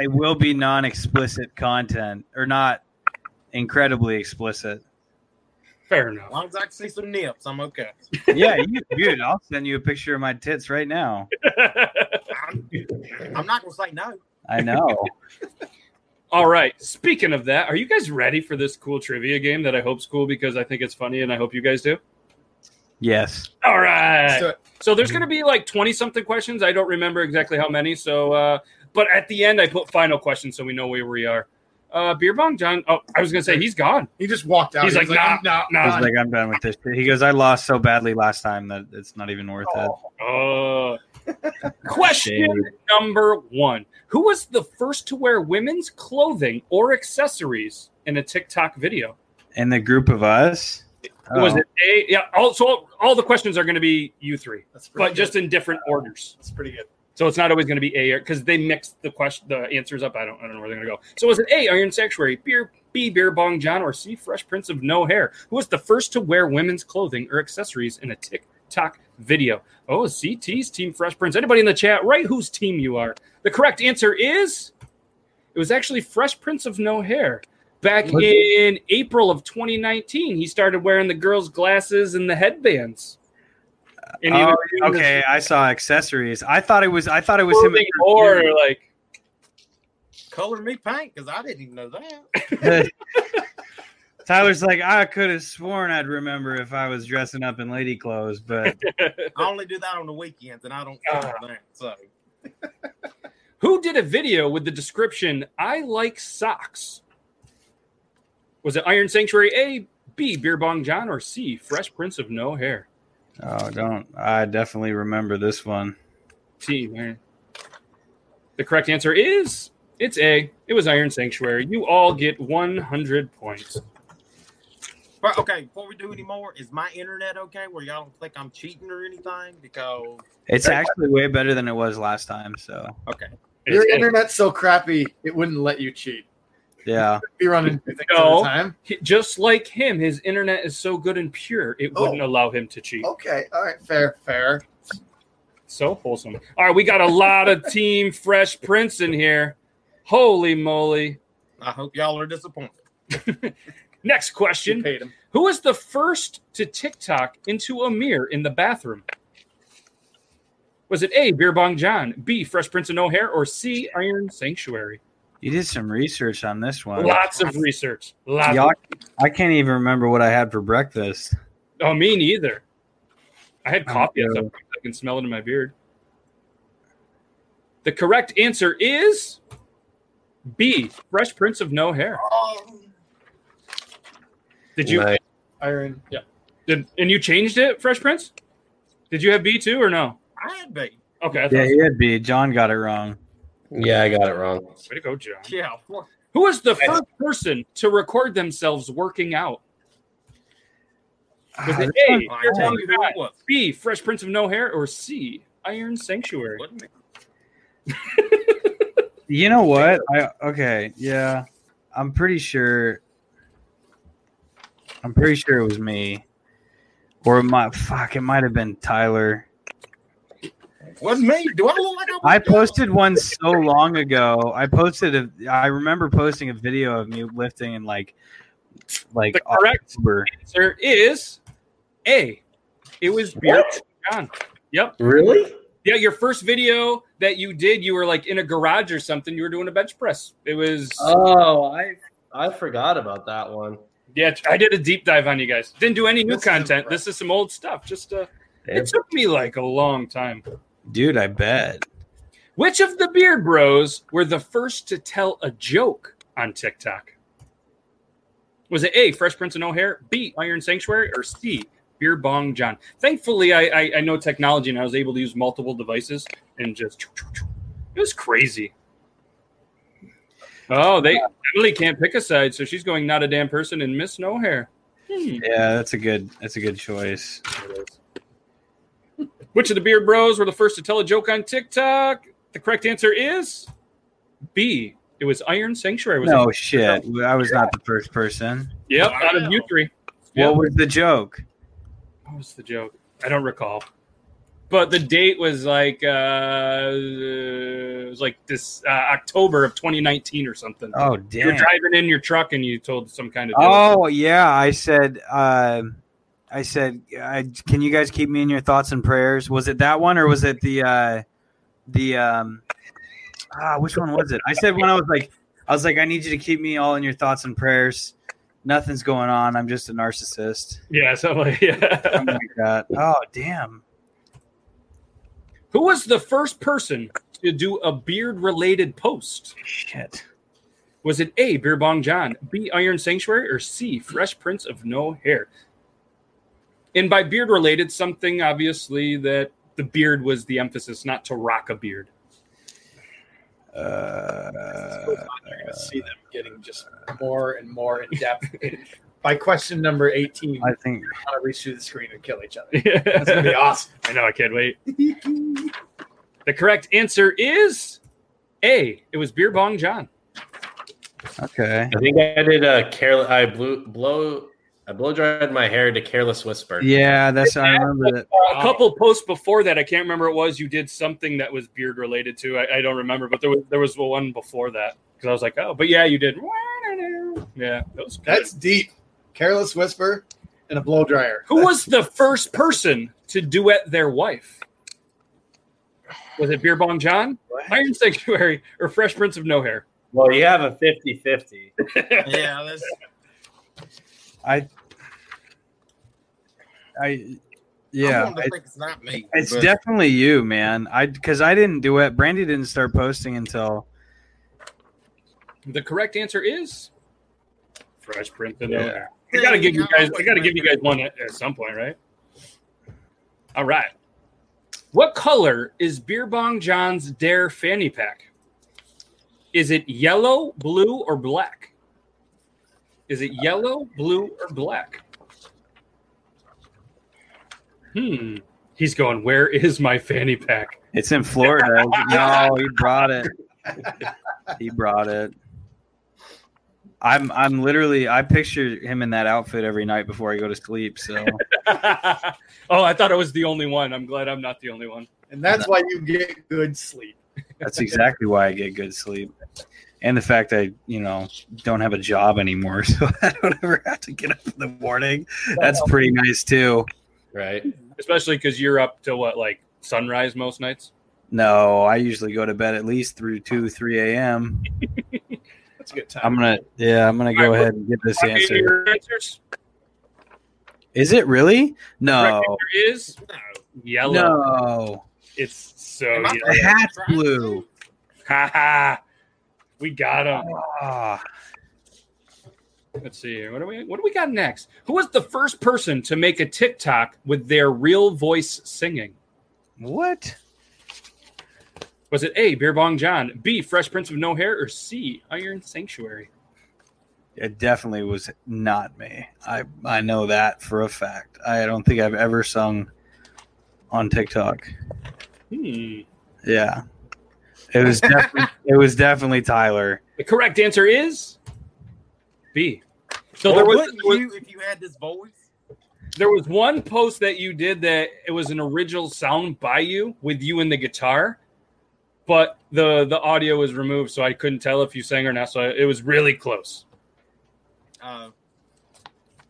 Speaker 8: It will be non explicit content or not incredibly explicit.
Speaker 1: Fair
Speaker 9: As long as I can see some nips, I'm okay.
Speaker 8: Yeah, you, dude, I'll send you a picture of my tits right now.
Speaker 9: I'm not gonna say no.
Speaker 8: I know.
Speaker 1: All right. Speaking of that, are you guys ready for this cool trivia game that I hope's cool because I think it's funny and I hope you guys do?
Speaker 8: Yes.
Speaker 1: All right. So there's going to be like 20 something questions. I don't remember exactly how many. So, uh, but at the end, I put final questions so we know where we are. Uh, Beer Bong John. Oh, I was going to say he's gone.
Speaker 7: He just walked out.
Speaker 1: He's
Speaker 7: He
Speaker 1: like,
Speaker 7: was
Speaker 1: nah,
Speaker 7: like,
Speaker 1: nah, nah.
Speaker 8: He's like, I'm done with this. shit." He goes, I lost so badly last time that it's not even worth it.
Speaker 7: Oh,
Speaker 1: Uh, question number one Who was the first to wear women's clothing or accessories in a TikTok video?
Speaker 8: And the group of us
Speaker 1: Was
Speaker 8: Oh.
Speaker 1: it A? Yeah. Also, all, all the questions are going to be you three, but
Speaker 7: pretty
Speaker 1: just in different orders.
Speaker 7: That's pretty good.
Speaker 1: So it's not always going to be A because they mix the question, the answers up. I don't, I don't know where they're going to go. So was it A, Iron Sanctuary, Beer, B, Beer Bong John, or C, Fresh Prince of No Hair? Who was the first to wear women's clothing or accessories in a TikTok video? Oh, CT's Team Fresh Prince. Anybody in the chat, right? Whose team you are? The correct answer is it was actually Fresh Prince of No Hair. Back
Speaker 8: Was it-
Speaker 1: in April of 2019, he started wearing the girls' glasses and the headbands. And he
Speaker 8: Oh,
Speaker 1: was doing this-
Speaker 8: okay, I saw accessories. I thought it was. I thought it was him.
Speaker 1: Clothing or like
Speaker 9: Color me pink because I didn't even know that.
Speaker 8: Tyler's like, I could have sworn I'd remember if I was dressing up in lady clothes, but
Speaker 9: I only do that on the weekends, and I don't care
Speaker 1: Uh-huh.
Speaker 9: about that. So
Speaker 1: Who did a video with the description "I like socks"? Was it Iron Sanctuary A, B, Beer Bong John, or C, Fresh Prince of No Hair?
Speaker 8: oh, don't. I definitely remember this one.
Speaker 1: T. man. The correct answer is it's A. It was Iron Sanctuary. You all get 100 points.
Speaker 9: But okay, before we do any more, is my internet okay? Where y'all don't think I'm cheating or anything? Because
Speaker 8: It's actually way better than it was last time. So
Speaker 9: okay,
Speaker 7: Your internet's so crappy it wouldn't let you cheat.
Speaker 8: yeah,
Speaker 7: Be running two things
Speaker 1: No,
Speaker 7: at a time.
Speaker 1: he- just like him, his internet is so good and pure, it
Speaker 7: Oh.
Speaker 1: wouldn't allow him to cheat.
Speaker 7: Okay, all right, fair, fair.
Speaker 1: So wholesome. All right, we got a lot of Team Fresh Prince in here. Holy moly.
Speaker 9: I hope y'all are disappointed.
Speaker 1: Next question. Who was the first to TikTok into a mirror in the bathroom? Was it A, Beer Bong John, B, Fresh Prince of No Hair, or C, Iron Sanctuary?
Speaker 8: you did some research on this one.
Speaker 1: Lots of research. Lots
Speaker 8: Y'all,
Speaker 1: of
Speaker 8: I can't even remember what I had for breakfast.
Speaker 1: Oh, me neither. I had
Speaker 8: Oh,
Speaker 1: coffee. at
Speaker 8: no.
Speaker 1: some point. I can smell it in my beard. The correct answer is B. Fresh Prince of No Hair.
Speaker 9: Um,
Speaker 1: Did you?
Speaker 3: Nice.
Speaker 7: Iron.
Speaker 1: Yeah. Did, and you changed it, Fresh Prince? Did you have B too or no?
Speaker 9: I had B.
Speaker 1: Okay. I thought,
Speaker 8: Yeah, he had B. John got it wrong.
Speaker 3: Yeah, I got it wrong.
Speaker 1: Way to go, John.
Speaker 9: Yeah. of course.
Speaker 1: Who was the first person to record themselves working out? Was
Speaker 8: Ah,
Speaker 1: it
Speaker 8: this
Speaker 1: A,
Speaker 8: one's
Speaker 1: Beer Pong
Speaker 9: fine.
Speaker 1: Guy, B, Fresh Prince of No Hair, or C, Iron Sanctuary?
Speaker 8: You know what? I okay, yeah. I'm pretty sure. I'm pretty sure it was me, or it might fuck. It might have been Tyler.
Speaker 9: Wasn't me. Do I look like I was?
Speaker 8: I posted one so long ago. I posted a. I remember posting a video of me lifting and like, like
Speaker 1: The correct
Speaker 8: October.
Speaker 1: answer is A. It was beer John. Yep.
Speaker 3: Really?
Speaker 1: Yeah, your first video that you did, you were like in a garage or something. You were doing a bench press. It was
Speaker 3: Oh, I I forgot about that one.
Speaker 1: yeah. I did a deep dive on you guys. Didn't do any new content. This is some old stuff. Just uh,
Speaker 3: Damn.
Speaker 1: it took me like a long time.
Speaker 8: dude. I bet.
Speaker 1: Which of the Beard Bros were the first to tell a joke on TikTok? Was it A, Fresh Prince of No Hair, B, Iron Sanctuary, or C, Beer Bong John? Thankfully, I, I, I know technology and I was able to use multiple devices and just. It was crazy. Oh, they Emily can't pick a side, so she's going not a damn person and Miss No Hair. Hmm.
Speaker 8: Yeah, that's a good. That's a good choice.
Speaker 1: Which of the Beard Bros were the first to tell a joke on TikTok? The correct answer is B. It was Iron Sanctuary. Was
Speaker 8: No
Speaker 1: it?
Speaker 8: shit. I was not the first person.
Speaker 1: Yep, out of you three. Yep.
Speaker 8: What was the joke?
Speaker 1: What was the joke? I don't recall. But the date was like uh, it was like this uh, October of 2019 or something.
Speaker 8: Oh
Speaker 1: you were
Speaker 8: damn.
Speaker 1: driving in your truck and you told some kind of joke.
Speaker 8: Oh yeah, I said. Uh, I said, I, can you guys keep me in your thoughts and prayers? Was it that one or was it the uh, the um, ah, which one was it? I said when I was like, I was like, I need you to keep me all in your thoughts and prayers. Nothing's going on. I'm just a narcissist.
Speaker 1: yeah, something like yeah.
Speaker 8: Something like that. Oh damn.
Speaker 1: Who was the first person to do a beard related post?
Speaker 8: Shit.
Speaker 1: Was it A, Beer Bong John, B, Iron Sanctuary, or C, Fresh Prince of No Hair? And by beard related, something obviously that the beard was the emphasis, not to rock a beard.
Speaker 8: Uh,
Speaker 7: You're going to see them getting just more and more in depth. By question number 18,
Speaker 8: I think
Speaker 7: how to reach through the screen and kill each other.
Speaker 1: That's
Speaker 7: It's going to be awesome.
Speaker 1: I know, I can't wait. the correct answer is A. It was Beer Bong John.
Speaker 8: okay.
Speaker 3: I think I did a careless. I blew blow. I blow dried my hair to Careless Whisper.
Speaker 8: Yeah, that's I remember that.
Speaker 1: A couple posts before that, I can't remember what it was. You did something that was beard related to. I, I don't remember, but there was there was one before that because I was like, oh, but yeah, you did. Yeah, that was good.
Speaker 7: That's deep. Careless whisper and a blow dryer.
Speaker 1: Who was the first person to duet their wife? Was it Beer Bong John, Iron Sanctuary, or Fresh Prince of No Hair?
Speaker 3: Well, you have a 50-50.
Speaker 9: Yeah, that's
Speaker 8: I. I.
Speaker 3: Um,
Speaker 9: yeah. I
Speaker 8: Yeah,
Speaker 9: wanted to
Speaker 8: I-
Speaker 9: think it's not me.
Speaker 8: it's
Speaker 9: but-
Speaker 8: definitely you, man. I because I didn't do it. Brandy didn't start posting until
Speaker 1: The correct answer is Fresh Prince of No
Speaker 8: Yeah.
Speaker 1: Hair. I gotta give you guys. I gotta give you guys one at, at some point, right? All right. What color is Beer Bong John's Dare fanny pack? Is it yellow, blue, or black? Is it yellow, blue, or black? Hmm. He's going, Where is my fanny pack?
Speaker 8: It's in Florida. no, he brought it. He brought it. I'm I'm literally I picture him in that outfit every night before I go to sleep. So
Speaker 1: Oh, I thought I was the only one. I'm glad I'm not the only one.
Speaker 7: And that's why you get good sleep.
Speaker 8: that's exactly why I get good sleep. And the fact I, you know, don't have a job anymore, so I don't ever have to get up in the morning. That's pretty nice too.
Speaker 3: Right.
Speaker 1: Especially because you're up to what, like sunrise most nights?
Speaker 8: No, I usually go to bed at least through two, three a.m.
Speaker 1: That's a good time.
Speaker 8: I'm gonna, yeah, I'm gonna go ahead and get this
Speaker 1: Maybe
Speaker 8: answer.
Speaker 1: your answers?
Speaker 8: Is it really? No, Oh,
Speaker 1: Correct answer is yellow.
Speaker 8: no.
Speaker 1: It's so
Speaker 8: Am I-
Speaker 1: yellow.
Speaker 8: The hat's blue.
Speaker 1: Ha ha. We got him.
Speaker 8: Ah.
Speaker 1: Let's see here. What do we what do we got next? Who was the first person to make a TikTok with their real voice singing?
Speaker 8: What?
Speaker 1: Was it A, Beer Bong John, B, Fresh Prince of No Hair, or C, Iron Sanctuary?
Speaker 8: It definitely was not me. I I know that for a fact. I don't think I've ever sung on TikTok.
Speaker 1: Hmm.
Speaker 8: Yeah, it was definitely it was definitely Tyler.
Speaker 1: The correct answer is B. So
Speaker 9: Or
Speaker 1: there was,
Speaker 9: wouldn't
Speaker 1: there was-
Speaker 9: you if you had this voice?
Speaker 1: there was one post that you did that it was an original sound by you with you and the guitar, but the the audio was removed, so I couldn't tell if you sang or not. So it was really close.
Speaker 9: Uh,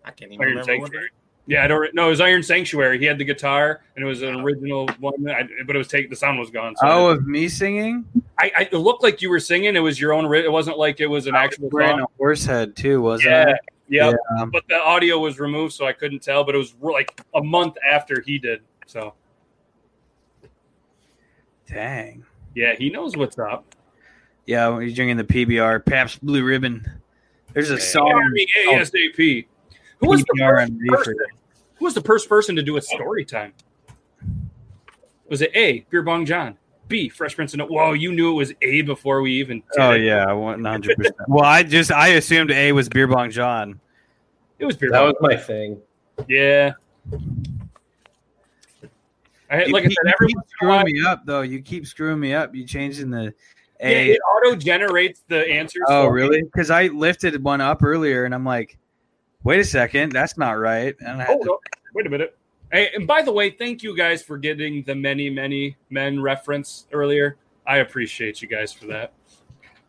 Speaker 9: I can't even
Speaker 1: Iron
Speaker 9: remember what
Speaker 1: Sanctuary. Yeah, I don't know. It was Iron Sanctuary. He had the guitar, and it was an original one, I, but it was take the sound was gone. So
Speaker 8: Oh, of me singing?
Speaker 1: I, I it looked like you were singing. It was your own. ri- It wasn't like it was an actual
Speaker 8: Wearing
Speaker 1: song.
Speaker 8: a horse head too, wasn't
Speaker 1: Yeah,
Speaker 8: I?
Speaker 1: yep.
Speaker 8: Yeah.
Speaker 1: But the audio was removed, so I couldn't tell. But it was re- like a month after he did. So
Speaker 8: Dang.
Speaker 1: yeah, he knows what's up.
Speaker 8: Yeah, when you're drinking the PBR Pabst Blue Ribbon. There's a song.
Speaker 1: Army
Speaker 8: called
Speaker 1: ASAP. Who was the
Speaker 8: PBR
Speaker 1: first
Speaker 8: and Reefer.
Speaker 1: person? Who was the first person to do a story time? Was it A. Beer Bong John? B. Fresh Prince of No? Whoa, you knew it was A before we even. did
Speaker 8: Oh
Speaker 1: it.
Speaker 8: yeah, one hundred percent. Well, I just I assumed A was Beer Bong John.
Speaker 1: It was beer.
Speaker 3: That
Speaker 1: Bong.
Speaker 3: was my thing.
Speaker 1: Yeah. I had, like I
Speaker 8: you,
Speaker 1: said,
Speaker 8: you
Speaker 1: every
Speaker 8: keep
Speaker 1: once in a
Speaker 8: screwing
Speaker 1: while-
Speaker 8: me up though. You keep screwing me up. You changing the
Speaker 1: Yeah,
Speaker 8: A.
Speaker 1: it auto generates the answers.
Speaker 8: oh
Speaker 1: for me.
Speaker 8: really? Because I lifted one up earlier, and I'm like, wait a second, that's not right. And I had
Speaker 1: Hold
Speaker 8: to-
Speaker 1: up. Oh, Wait a minute. Hey, and by the way, thank you guys for getting the many, many men reference earlier. I appreciate you guys for that.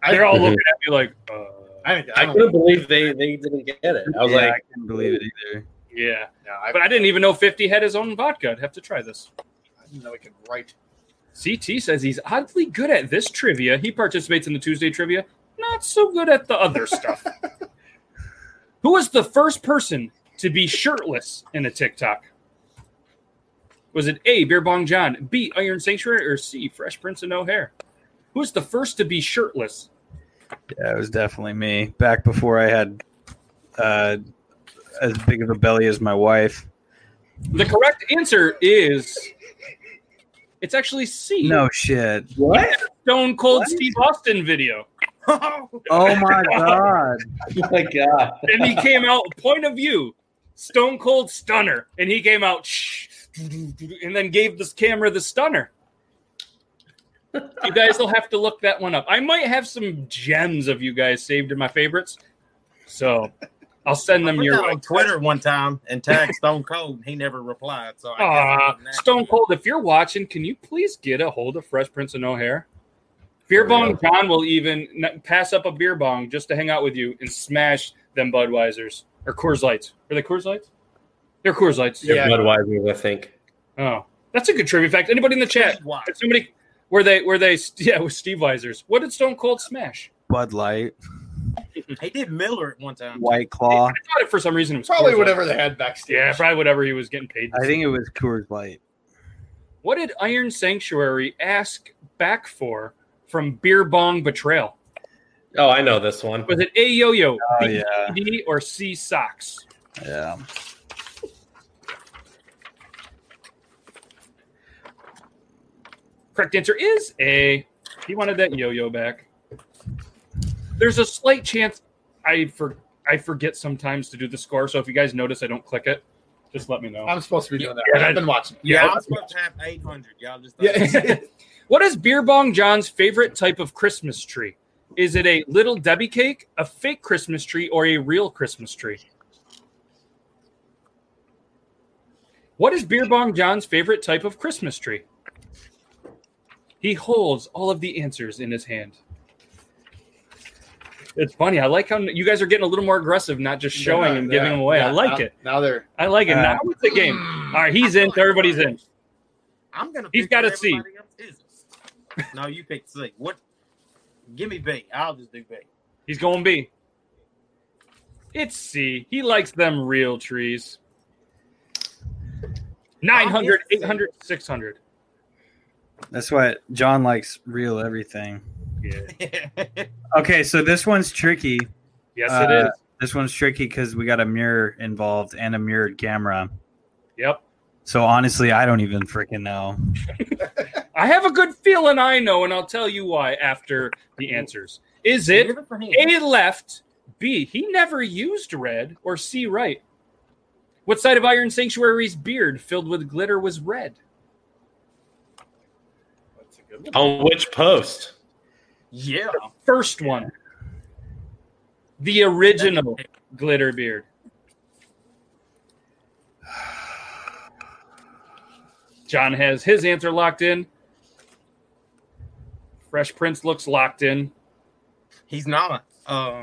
Speaker 1: They're all
Speaker 3: Mhm.
Speaker 1: looking at me like, uh,
Speaker 7: I,
Speaker 3: I couldn't believe they, they didn't get it. I was
Speaker 8: Yeah,
Speaker 3: like,
Speaker 8: I couldn't believe it either.
Speaker 1: yeah.
Speaker 7: No, I,
Speaker 1: But I didn't even know 50 had his own vodka. I'd have to try this.
Speaker 7: I didn't know he could write.
Speaker 1: CT says he's oddly good at this trivia. He participates in the Tuesday trivia, not so good at the other stuff. Who was the first person to be shirtless in a TikTok? Was it A, Beer Bong John, B, Iron Sanctuary, or C, Fresh Prince of No Hair? Who was the first to be shirtless?
Speaker 8: Yeah, it was definitely me. Back before I had uh, as big of a belly as my wife.
Speaker 1: The correct answer is it's actually C.
Speaker 8: No Oh, shit.
Speaker 3: what?
Speaker 1: Stone Cold
Speaker 3: What?
Speaker 1: Steve Austin video.
Speaker 8: Oh my god.
Speaker 3: Oh my God.
Speaker 1: and he came out point of view stone cold stunner and he came out shh, and then gave this camera the stunner you guys will have to look that one up i might have some gems of you guys saved in my favorites so i'll send
Speaker 9: I
Speaker 1: them
Speaker 9: put
Speaker 1: your
Speaker 9: that
Speaker 1: way
Speaker 9: on Twitter one time and tagged Stone Cold. and He never replied. So I
Speaker 1: Aw,
Speaker 9: guess I'm
Speaker 1: Ah, stone cold if you're watching can you please get a hold of fresh prince of no hair beer bong john will even n- pass up a beer bong just to hang out with you and smash them budweisers or coors lights are they coors lights they're coors lights
Speaker 3: Yeah. Budweiser's, I think.
Speaker 1: Oh, that's a good trivia fact. Anybody in the chat? If Somebody were they were they yeah with Steve Weiser's. What did Stone Cold smash?
Speaker 8: Bud Light,
Speaker 9: He did Miller at one time.
Speaker 8: White Claw.
Speaker 1: I thought it for some reason it was
Speaker 7: Probably
Speaker 1: Coors Light.
Speaker 7: whatever they had backstage.
Speaker 1: Yeah, probably whatever he was getting paid.
Speaker 8: I think it was Coors Light.
Speaker 1: What did Iron Sanctuary ask back for from Beer Bong Betrayal?
Speaker 3: Oh, I know this one.
Speaker 1: Was it A Yo Yo,
Speaker 8: Oh,
Speaker 1: B,
Speaker 8: yeah.
Speaker 1: D, or C Socks?
Speaker 8: Yeah.
Speaker 1: Correct answer is A. He wanted that yo yo back. there's a slight chance I for I forget sometimes to do the score. So if you guys notice I don't click it, just let me know.
Speaker 7: I'm supposed to be doing that.
Speaker 1: Yeah,
Speaker 7: I've been watching.
Speaker 1: Yeah,
Speaker 9: I'm supposed to have 800. Y'all just
Speaker 1: yeah. what is Beer Bong John's favorite type of Christmas tree? Is it a little Debbie cake, a fake Christmas tree, or a real Christmas tree? What is Beer Bong John's favorite type of Christmas tree? He holds all of the answers in his hand. It's funny. I like how you guys are getting a little more aggressive, not just showing and giving them away. I like it.
Speaker 7: Now they're
Speaker 1: I like it.
Speaker 7: Uh,
Speaker 1: now it's the game. All right, he's in. Everybody's in.
Speaker 9: I'm gonna.
Speaker 1: He's
Speaker 9: pick
Speaker 1: got
Speaker 9: what
Speaker 1: a C.
Speaker 9: everybody else isn't. No, you pick C. What? Give me B. I'll just do B.
Speaker 1: He's going B. It's C. He likes them real trees. 900, 800, 600.
Speaker 8: That's why John likes real everything.
Speaker 1: Yeah.
Speaker 8: Okay, so this one's tricky. Uh,
Speaker 1: Yes, it is.
Speaker 8: This one's tricky because we got a mirror involved and a mirrored camera.
Speaker 1: Yep.
Speaker 8: So honestly, I don't even freaking know.
Speaker 1: I have a good feeling I know, and I'll tell you why after the answers. Is it A left, B, he never used red, or C right? What side of Iron Sanctuary's beard filled with glitter was red?
Speaker 3: On which post?
Speaker 1: Yeah. first one. The original glitter beard. John has his answer locked in. Fresh Prince looks locked in.
Speaker 9: He's not. Um,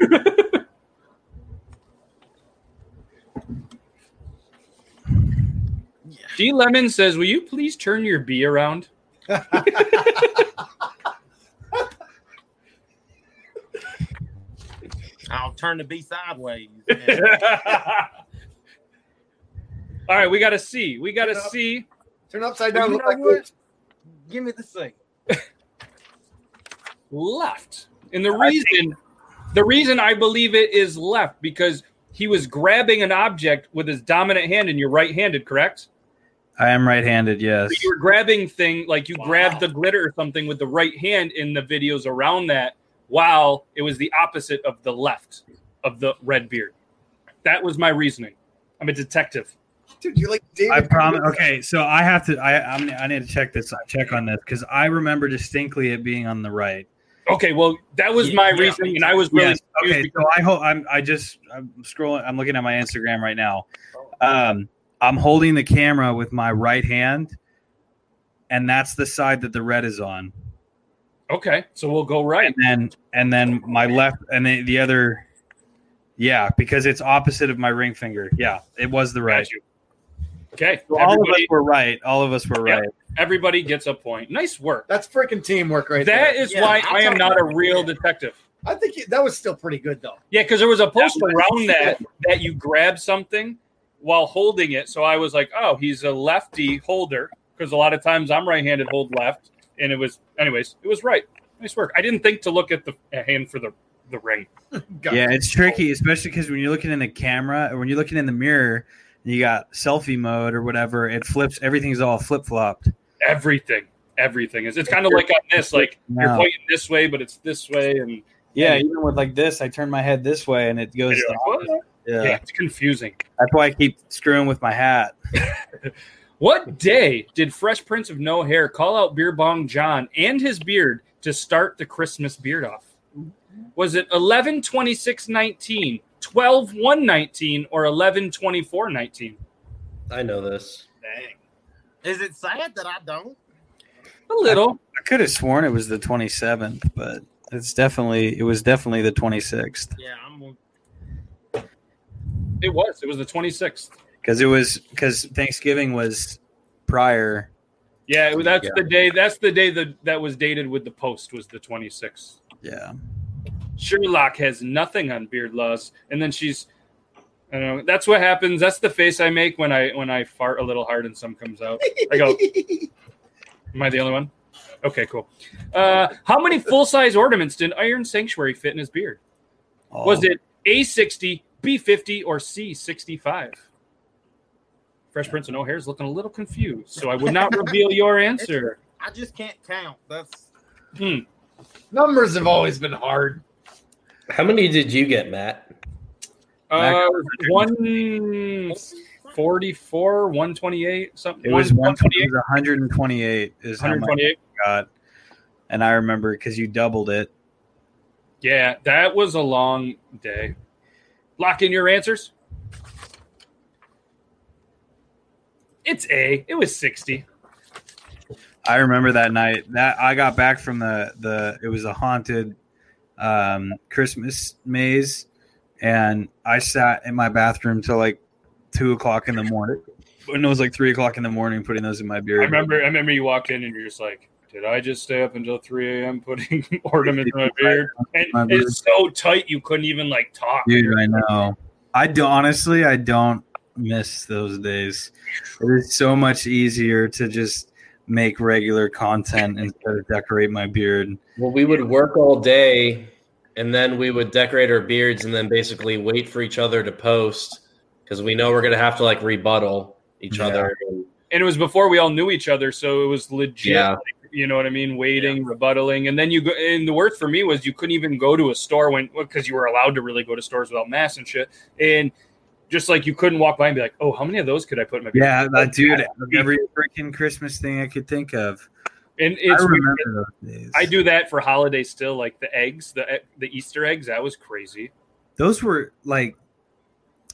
Speaker 1: D Lemon says, Will you please turn your B around?
Speaker 9: I'll turn the B sideways.
Speaker 1: All right, we got a C. We got a C.
Speaker 7: Turn upside
Speaker 9: Well,
Speaker 7: down.
Speaker 9: you
Speaker 7: Look
Speaker 9: know
Speaker 7: like
Speaker 9: what?
Speaker 7: this.
Speaker 9: Give me the C.
Speaker 1: left. And the reason the reason I believe it is left because he was grabbing an object with his dominant hand and you're right-handed, correct?
Speaker 8: I am right-handed, yes.
Speaker 1: So you were grabbing thing like you grabbed the glitter or something with the right hand in the videos around that while it was the opposite of the left of the red beard. That was my reasoning. I'm a detective.
Speaker 7: Dude, you like David.
Speaker 8: I promise. Okay, so I have to. I I'm, I need to check this. Check on this because I remember distinctly it being on the right.
Speaker 1: Okay, well, that was my reasoning, and I was really
Speaker 8: Yes,
Speaker 1: confused
Speaker 8: okay. So I hope I'm. I just I'm scrolling. I'm looking at my Instagram right now. Um, I'm holding the camera with my right hand, and that's the side that the red is on.
Speaker 1: Okay, so we'll go right,
Speaker 8: and then and then my left, and the, the other. Yeah, because it's opposite of my ring finger. Yeah, it was the right.
Speaker 1: Okay,
Speaker 8: So all of us were right. All of us were
Speaker 1: Yep.
Speaker 8: right.
Speaker 1: Everybody gets a point. Nice work.
Speaker 7: That's freaking teamwork right there.
Speaker 1: That is why I am not a real detective.
Speaker 7: I think you, that was still pretty good though.
Speaker 1: Yeah, because there was a post
Speaker 7: was-
Speaker 1: around that that you grab something while holding it. So I was like, oh, he's a lefty holder because a lot of times I'm right-handed hold left, and it was, anyways, it was right. Nice work. I didn't think to look at the uh, hand for the the ring.
Speaker 8: Yeah, it's tricky, especially because when you're looking in the camera or when you're looking in the mirror and you got selfie mode or whatever, it flips. Everything's all flip flopped.
Speaker 1: Everything, everything is. It's kind of like on this, like you're
Speaker 8: No.
Speaker 1: pointing this way, but it's this way, and
Speaker 8: Yeah,
Speaker 1: and-
Speaker 8: even with like this, I turn my head this way and it goes.
Speaker 1: and you're like,
Speaker 8: the
Speaker 1: what?
Speaker 8: opposite. Yeah.
Speaker 1: yeah, it's confusing.
Speaker 8: that's why I keep screwing with my hat.
Speaker 1: What day did Fresh Prince of No Hair call out Beer Bong John and his beard to start the Christmas beard off? Was it 11 26 19, 12 1 19, or 11 24 19?
Speaker 3: I know this.
Speaker 9: Dang. Is it sad that I don't?
Speaker 1: A little.
Speaker 8: I, could have sworn it was the 27th, but it's definitely it was definitely the 26th
Speaker 9: Yeah, I'm.
Speaker 1: It was. It was the 26th.
Speaker 8: because it was because Thanksgiving was prior.
Speaker 1: Yeah, it- that's
Speaker 8: Yeah.
Speaker 1: the day. That's the day that that was dated with the post was the 26th.
Speaker 8: Yeah.
Speaker 1: Sherlock has nothing on beard laws, and then she's, I don't know. That's what happens. That's the face I make when I when I fart a little hard and some comes out. I go, am I the only one? Okay, cool. Uh, how many full size ornaments did Iron Sanctuary fit in his beard? Was it A sixty, B fifty, or C sixty five? Fresh Prince of No Hair is looking a little confused, so I would not reveal your answer.
Speaker 9: I just can't count. That's
Speaker 1: Hmm.
Speaker 7: Numbers have always been hard.
Speaker 2: How many did you get, Matt?
Speaker 1: Uh, one forty-four, one twenty-eight, something.
Speaker 3: It was
Speaker 1: One-
Speaker 3: one. It was 128. Is how much
Speaker 1: 128.
Speaker 3: I got. And I remember because you doubled it.
Speaker 1: Yeah, that was a long day. Lock in your answers. It's A. It was 60.
Speaker 3: I remember that night that I got back from the the it was a haunted um, Christmas maze, and I sat in my bathroom till like two o'clock in the morning. And it was like three o'clock in the morning putting those in my
Speaker 1: I
Speaker 3: beer.
Speaker 1: remember I remember you walked in and you're just like, did I just stay up until 3 a.m. putting ornaments in my beard? And
Speaker 3: My beard.
Speaker 1: it's so tight you couldn't even like talk.
Speaker 3: Dude, I know. I do, honestly, I don't miss those days. It is so much easier to just make regular content instead of decorate my beard.
Speaker 2: Well, we would work all day, and then we would decorate our beards, and then basically wait for each other to post because we know we're gonna have to like rebuttal each
Speaker 1: Yeah.
Speaker 2: other. And
Speaker 1: And it was before we all knew each other, so it was legit.
Speaker 2: Yeah.
Speaker 1: like, you know what I mean? Waiting, rebuttaling, and then you go. And the worst for me was you couldn't even go to a store when because you were allowed to really go to stores without masks and shit. And just like you couldn't walk by and be like, oh, how many of those could I put in my?
Speaker 3: Yeah, that dude, every freaking Christmas thing I could think of.
Speaker 1: And it's
Speaker 3: I
Speaker 1: weird.
Speaker 3: remember those days.
Speaker 1: I do that for holidays still, like the eggs, the the Easter eggs. That was crazy.
Speaker 3: Those were like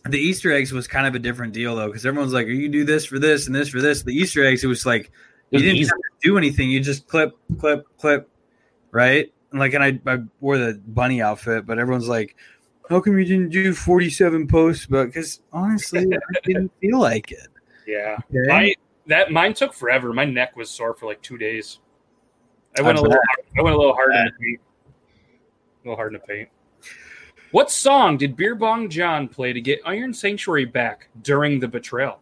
Speaker 3: the Easter eggs was kind of a different deal though, because everyone's like, "You do this for this and this for this." The Easter eggs, it was like you didn't have to do anything; you just clip, clip, clip, right? And like, and I, I wore the bunny outfit, but everyone's like, "How come you didn't do forty-seven posts?" But because honestly, I didn't feel like it.
Speaker 1: Yeah,
Speaker 3: Okay.
Speaker 1: my that mine took forever. My neck was sore for like two days. I went
Speaker 3: I
Speaker 1: a little.
Speaker 3: bet.
Speaker 1: I went a little hard in the paint. A little hard in the paint. What song did Beer Bong John play to get Iron Sanctuary back during the betrayal?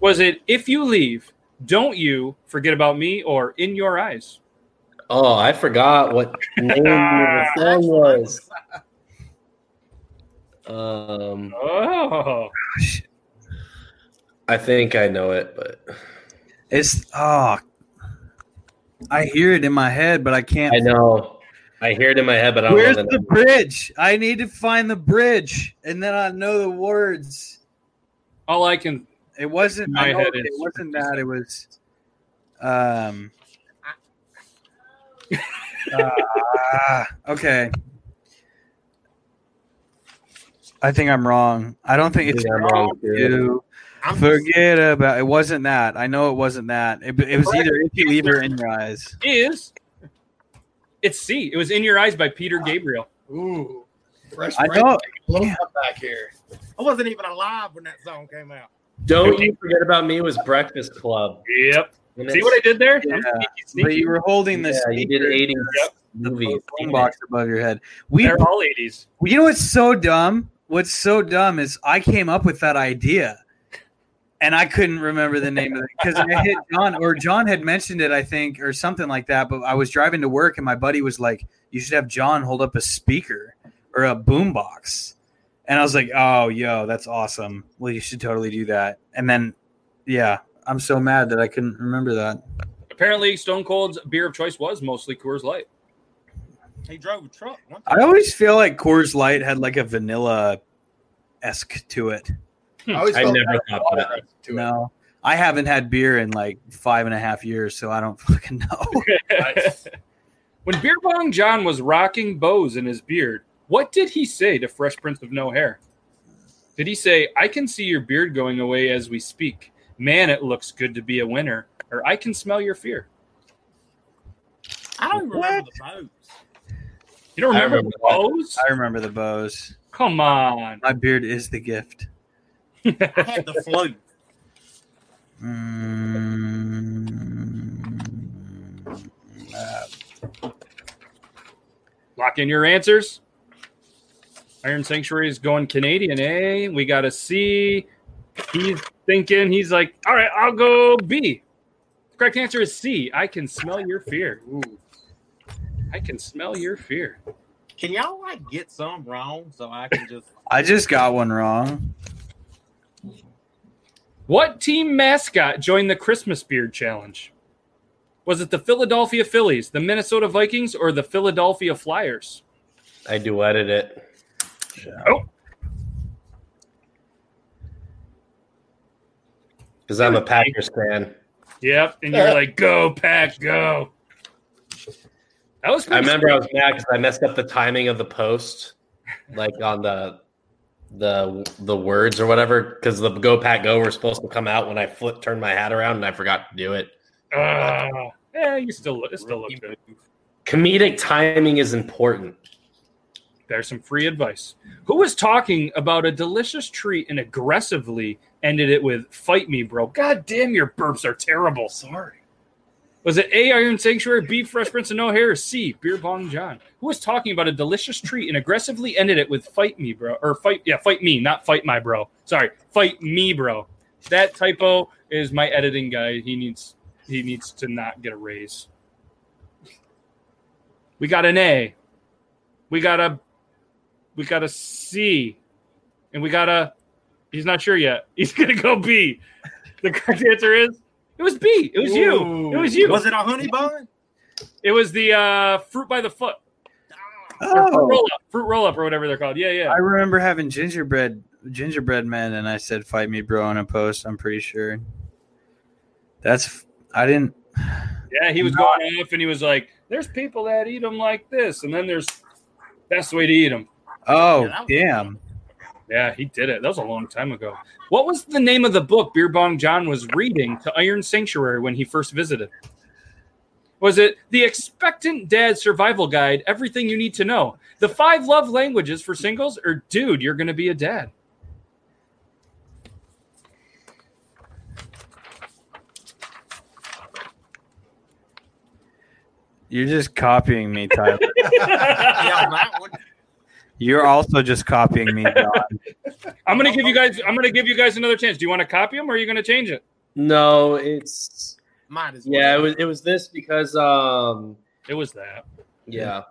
Speaker 1: Was it "If You Leave, Don't You Forget About Me" or "In Your Eyes"?
Speaker 2: oh, I forgot what name the song was. Um,
Speaker 1: oh,
Speaker 2: I think I know it, but
Speaker 3: It's oh, I hear it in my head, but I can't.
Speaker 2: I know. I hear it in my head, but I don't
Speaker 3: Where's
Speaker 2: know the
Speaker 3: the
Speaker 2: name.
Speaker 3: bridge? I need to find the bridge, and then I know the words.
Speaker 1: All I can.
Speaker 3: It wasn't.
Speaker 1: My
Speaker 3: I know
Speaker 1: head
Speaker 3: it
Speaker 1: is-
Speaker 3: wasn't that. It was. Um. ah, okay. I think I'm wrong. I don't think it's
Speaker 2: Yeah, I'm
Speaker 3: wrong
Speaker 2: wrong,
Speaker 3: to
Speaker 2: too.
Speaker 3: forget about. It wasn't that. I know it wasn't that. It, it was
Speaker 1: Correct.
Speaker 3: either if you leave or in your eyes.
Speaker 1: is it's C. It was "In Your Eyes" by Peter Gabriel.
Speaker 10: Ooh, fresh
Speaker 3: I know.
Speaker 10: Little back here.
Speaker 11: I wasn't even alive when that song came out.
Speaker 2: Don't you forget about me was Breakfast Club.
Speaker 1: Yep.
Speaker 2: And
Speaker 1: See
Speaker 2: it's-
Speaker 1: what I did there?
Speaker 3: Yeah,
Speaker 1: I'm sneaky, sneaky.
Speaker 3: but you were holding this.
Speaker 2: Yeah, you did eighties movies.
Speaker 3: box above your head. We
Speaker 1: They're all 80s.
Speaker 3: Well, You know what's so dumb? Um, What's so dumb is I came up with that idea and I couldn't remember the name of it because I hit John or John had mentioned it, I think, or something like that. But I was driving to work and my buddy was like, You should have John hold up a speaker or a boombox. And I was like, Oh, yo, that's awesome. Well, you should totally do that. And then, yeah, I'm so mad that I couldn't remember that.
Speaker 1: Apparently, Stone Cold's beer of choice was mostly Coors Light.
Speaker 11: He drove a truck. One
Speaker 3: I always feel like Coors Light had like a vanilla esque to it. Hmm.
Speaker 10: I always
Speaker 2: I
Speaker 10: felt
Speaker 2: never
Speaker 10: bad
Speaker 2: thought
Speaker 10: about
Speaker 2: that.
Speaker 10: it, too.
Speaker 3: No, I haven't had beer in like five and a half years, so I don't fucking know.
Speaker 1: when Beer Bong John was rocking bows in his beard, what did he say to Fresh Prince of No Hair? Did he say, I can see your beard going away as we speak. Man, it looks good to be a winner. Or I can smell your fear.
Speaker 11: I don't even remember the boat.
Speaker 1: You don't
Speaker 3: I
Speaker 1: remember,
Speaker 3: remember
Speaker 1: the bows?
Speaker 3: I remember the bows.
Speaker 1: Come on.
Speaker 3: My beard is the gift.
Speaker 11: I had the flu.
Speaker 3: Mm, uh,
Speaker 1: Lock in your answers. Iron Sanctuary is going Canadian, eh? We got a C. He's thinking, he's like, all right, I'll go B. The correct answer is C. I can smell your fear. Ooh. I can smell your fear.
Speaker 11: Can y'all like get some wrong so I can just
Speaker 3: I just got one wrong.
Speaker 1: What team mascot joined the Christmas Beard Challenge? Was it the Philadelphia Phillies, the Minnesota Vikings, or the Philadelphia Flyers?
Speaker 3: I duetted it.
Speaker 1: Oh.
Speaker 3: Because I'm a Packers fan.
Speaker 1: Yep. And you're like, go, Pack, go. That was
Speaker 3: I remember I was mad because I messed up the timing of the post, like on the the the words or whatever. Because the go pack go were supposed to come out when I flip turned my hat around and I forgot to do it.
Speaker 1: Uh, yeah, you still look, it still looks good.
Speaker 3: Comedic timing is important.
Speaker 1: There's some free advice. Who was talking about a delicious treat and aggressively ended it with "Fight me, bro"? God damn, your burps are terrible. Sorry. Was it A Iron Sanctuary, B Fresh Prince of No Hair, C Beer Bong John? Who was talking about a delicious treat and aggressively ended it with "Fight me, bro" or "Fight yeah, fight me, not fight my bro." Sorry, fight me, bro. That typo is my editing guy. He needs he needs to not get a raise. We got an A. We got a we got a C. And we got a he's not sure yet. He's gonna go B. The correct answer is it was B. It was you. It was you.
Speaker 9: Was it a honey bun?
Speaker 1: It was the uh, fruit by the foot. Or Fruit roll up, fruit roll up, or whatever they're called. Yeah, yeah.
Speaker 8: Oh, I remember having gingerbread gingerbread men, and I said, "Fight me, bro," on a post. I'm pretty sure. That's f- I didn't.
Speaker 1: Yeah, he was going off and he was like, "There's people that eat them like this, and then there's best way to eat them."
Speaker 8: Oh damn!
Speaker 1: Yeah, he did it. That was a long time ago. What was the name of the book Beer Bong John was reading to Iron Sanctuary when he first visited? Was it The Expectant Dad Survival Guide: Everything You Need to Know, The Five Love Languages for Singles, or Dude, You're Gonna Be a Dad?
Speaker 8: You're just copying me, Tyler.
Speaker 9: yeah, that one.
Speaker 8: You're also just copying me, John.
Speaker 1: I'm gonna give you guys. I'm gonna give you guys another chance. Do you want to copy them or are you gonna change it?
Speaker 3: No, it's
Speaker 9: Might as well.
Speaker 3: yeah. It was it was this because um
Speaker 1: it was that.
Speaker 3: Yeah.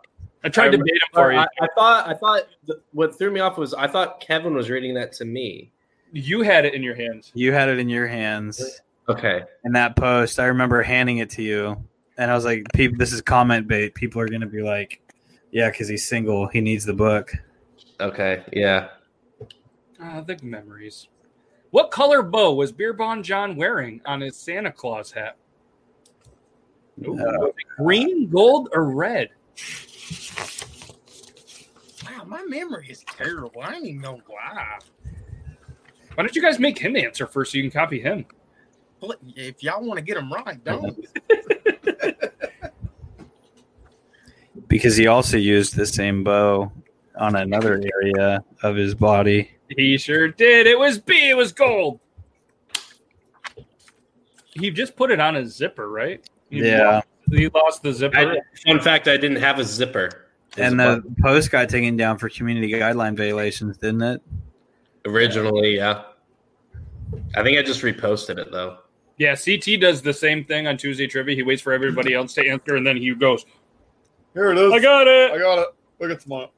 Speaker 1: I tried to bait him for you.
Speaker 3: I, I thought I thought th- what threw me off was I thought Kevin was reading that to me.
Speaker 1: You had it in your hands.
Speaker 8: You had it in your hands
Speaker 3: Okay.
Speaker 8: in that post. I remember handing it to you, and I was like, "People, this is comment bait. People are gonna be like, yeah, because he's single. He needs the book."
Speaker 3: Okay. Yeah.
Speaker 1: Ah, the memories. What color bow was Beer Bong John wearing on his Santa Claus hat? Ooh,
Speaker 8: Uh,
Speaker 1: was it green, gold, or red?
Speaker 9: Wow, my memory is terrible. I ain't even gonna lie.
Speaker 1: Why don't you guys make him answer first so you can copy him?
Speaker 9: But if y'all want to get them right, don't.
Speaker 8: Because he also used the same bow on another area of his body.
Speaker 1: He sure did. It was B. It was gold. He just put it on his zipper, right? He
Speaker 8: Yeah.
Speaker 1: Lost, he lost the zipper.
Speaker 3: I, fun fact: I didn't have a zipper
Speaker 8: And
Speaker 2: uh,
Speaker 8: the post got taken down for community guideline violations, didn't it?
Speaker 3: originally. Yeah. I think I just reposted it though.
Speaker 1: yeah, CT does the same thing on Tuesday Trivia. He waits for everybody else to answer, and then he goes,
Speaker 7: Here it is.
Speaker 1: I got it.
Speaker 7: I got it. Look at tomorrow.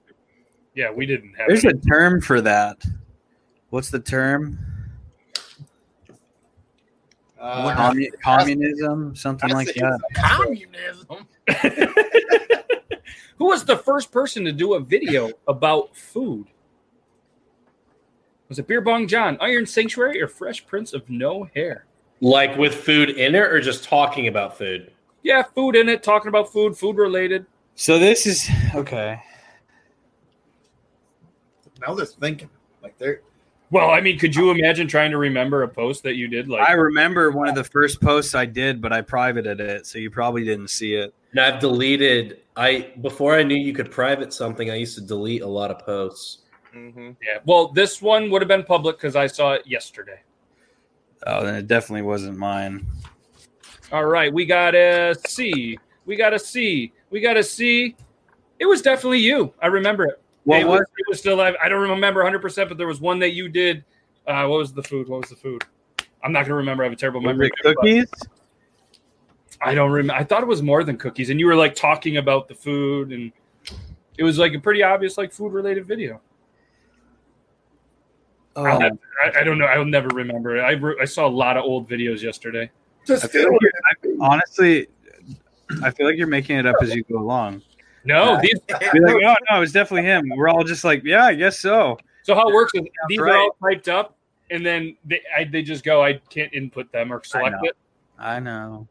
Speaker 1: Yeah, we didn't have
Speaker 8: There's
Speaker 1: it.
Speaker 8: a term for that. What's the term?
Speaker 7: Uh,
Speaker 8: Commu- communism, something like that.
Speaker 9: Communism.
Speaker 1: Who was the first person to do a video about food? Was it Beer Bong John, Iron Sanctuary, or Fresh Prince of No Hair?
Speaker 3: Like with food in it, or just talking about food.
Speaker 1: Yeah, food in it, talking about food, food related.
Speaker 8: So this is okay.
Speaker 7: now they're thinking like they're
Speaker 1: Well, I mean, could you imagine trying to remember a post that you did? Like,
Speaker 8: I remember one of the first posts I did, but I privated it, so you probably didn't see it.
Speaker 3: And I've deleted. I before I knew you could private something, I used to delete a lot of posts.
Speaker 1: yeah. Well, this one would have been public because I saw it yesterday.
Speaker 8: Oh, then it definitely wasn't mine.
Speaker 1: All right, we got a C. We got a C. We got a C. It was definitely you. I remember it.
Speaker 8: What
Speaker 1: it
Speaker 8: was-
Speaker 1: it was still live. I don't remember 100, percent but there was one that you did. Uh, what was the food? What was the food? I'm not gonna remember. I have a terrible
Speaker 8: Was
Speaker 1: memory.
Speaker 8: it cookies?
Speaker 1: but I don't remember. I thought it was more than cookies, and you were like talking about the food, and it was like a pretty obvious like food related video.
Speaker 8: Oh,
Speaker 1: I'll
Speaker 8: I,
Speaker 1: have- I, I don't know. I'll never remember. I, re- I saw a lot of old videos yesterday.
Speaker 7: just
Speaker 8: feel like you're- I- honestly, I feel like you're making it up as you go along.
Speaker 1: No, these-
Speaker 8: Be like, oh no, it's definitely him. We're all just like, yeah, I guess so.
Speaker 1: So how it works is these
Speaker 8: right.
Speaker 1: are all typed up, and then they I, they just go. I can't input them or select
Speaker 8: know.
Speaker 1: it.
Speaker 8: I know.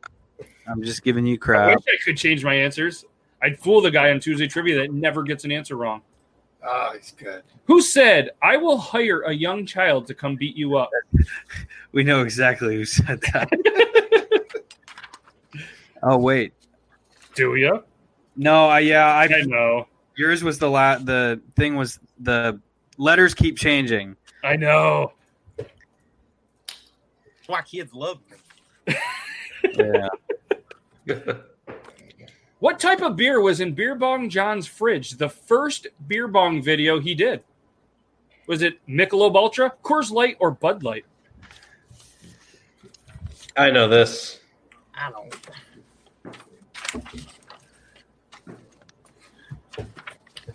Speaker 8: I'm just giving you
Speaker 1: I
Speaker 8: crap.
Speaker 1: wish I could change my answers. I'd fool the guy on Tuesday Trivia that never gets an answer wrong.
Speaker 7: Oh, he's good.
Speaker 1: Who said I will hire a young child to come beat you up?
Speaker 8: We know exactly who said that. oh wait,
Speaker 1: do you?
Speaker 8: No, I yeah, I,
Speaker 1: know.
Speaker 8: Yours was the la- the thing was the letters keep changing.
Speaker 1: I know.
Speaker 9: That's why kids love me.
Speaker 8: Yeah.
Speaker 1: What type of beer was in Beer Bong John's fridge? The first beer bong video he did. Was it Michelob Ultra, Coors Light, or Bud Light?
Speaker 3: I know this.
Speaker 9: I don't.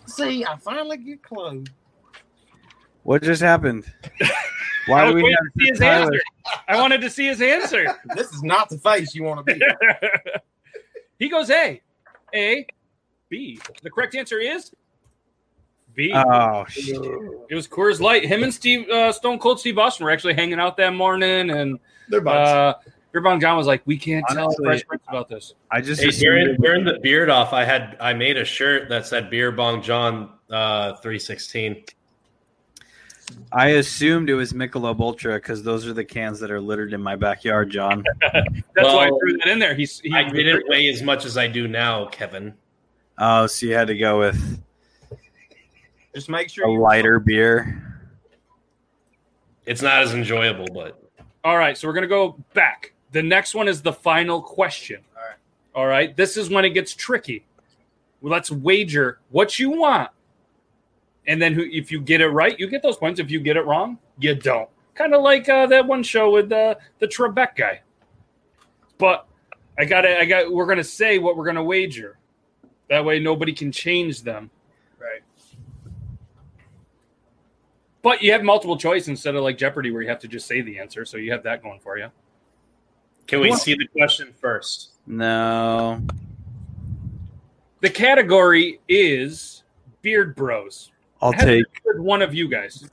Speaker 9: See, I finally get close.
Speaker 8: What just happened? Why do we
Speaker 1: waiting
Speaker 8: have
Speaker 1: to see his
Speaker 8: Tyler?
Speaker 1: answer. I wanted to see his answer.
Speaker 9: this is not the face you want to be.
Speaker 1: he goes A, A, B. The correct answer is B.
Speaker 8: Oh, shit.
Speaker 1: It was Coors Light. Him and Steve uh, Stone Cold Steve Austin were actually hanging out that morning, and
Speaker 7: They're
Speaker 1: uh, Beer Bong John was like, "We can't
Speaker 3: Honestly,
Speaker 1: tell Fresh Prince about this."
Speaker 8: I just
Speaker 3: Hey, during,
Speaker 8: assumed-
Speaker 3: during the beard off, I had I made a shirt that said "Beer Bong John uh, 316."
Speaker 8: I assumed it was Michelob Ultra because those are the cans that are littered in my backyard, John.
Speaker 1: That's why I threw that in there. He's he,
Speaker 3: I didn't weigh as much as I do now, Kevin.
Speaker 8: Oh, so you had to go with
Speaker 9: Just make sure
Speaker 8: a lighter beer.
Speaker 3: It's not as enjoyable, but
Speaker 1: All right, so we're gonna go back. The next one is the final question. All right. All right. This is when it gets tricky. Let's wager what you want, and then who, if you get it right, you get those points. If you get it wrong, you don't. Kind of like uh, that one show with uh, the Trebek guy. But I got to I got. We're gonna say what we're gonna wager. That way, nobody can change them.
Speaker 7: Right.
Speaker 1: But you have multiple choice instead of like Jeopardy, where you have to just say the answer. So you have that going for you.
Speaker 3: can we
Speaker 1: Well-
Speaker 3: see the question first?
Speaker 8: No.
Speaker 1: The category is Beard Bros.
Speaker 8: I'll
Speaker 1: I have to
Speaker 8: take-
Speaker 1: pick with one of you guys.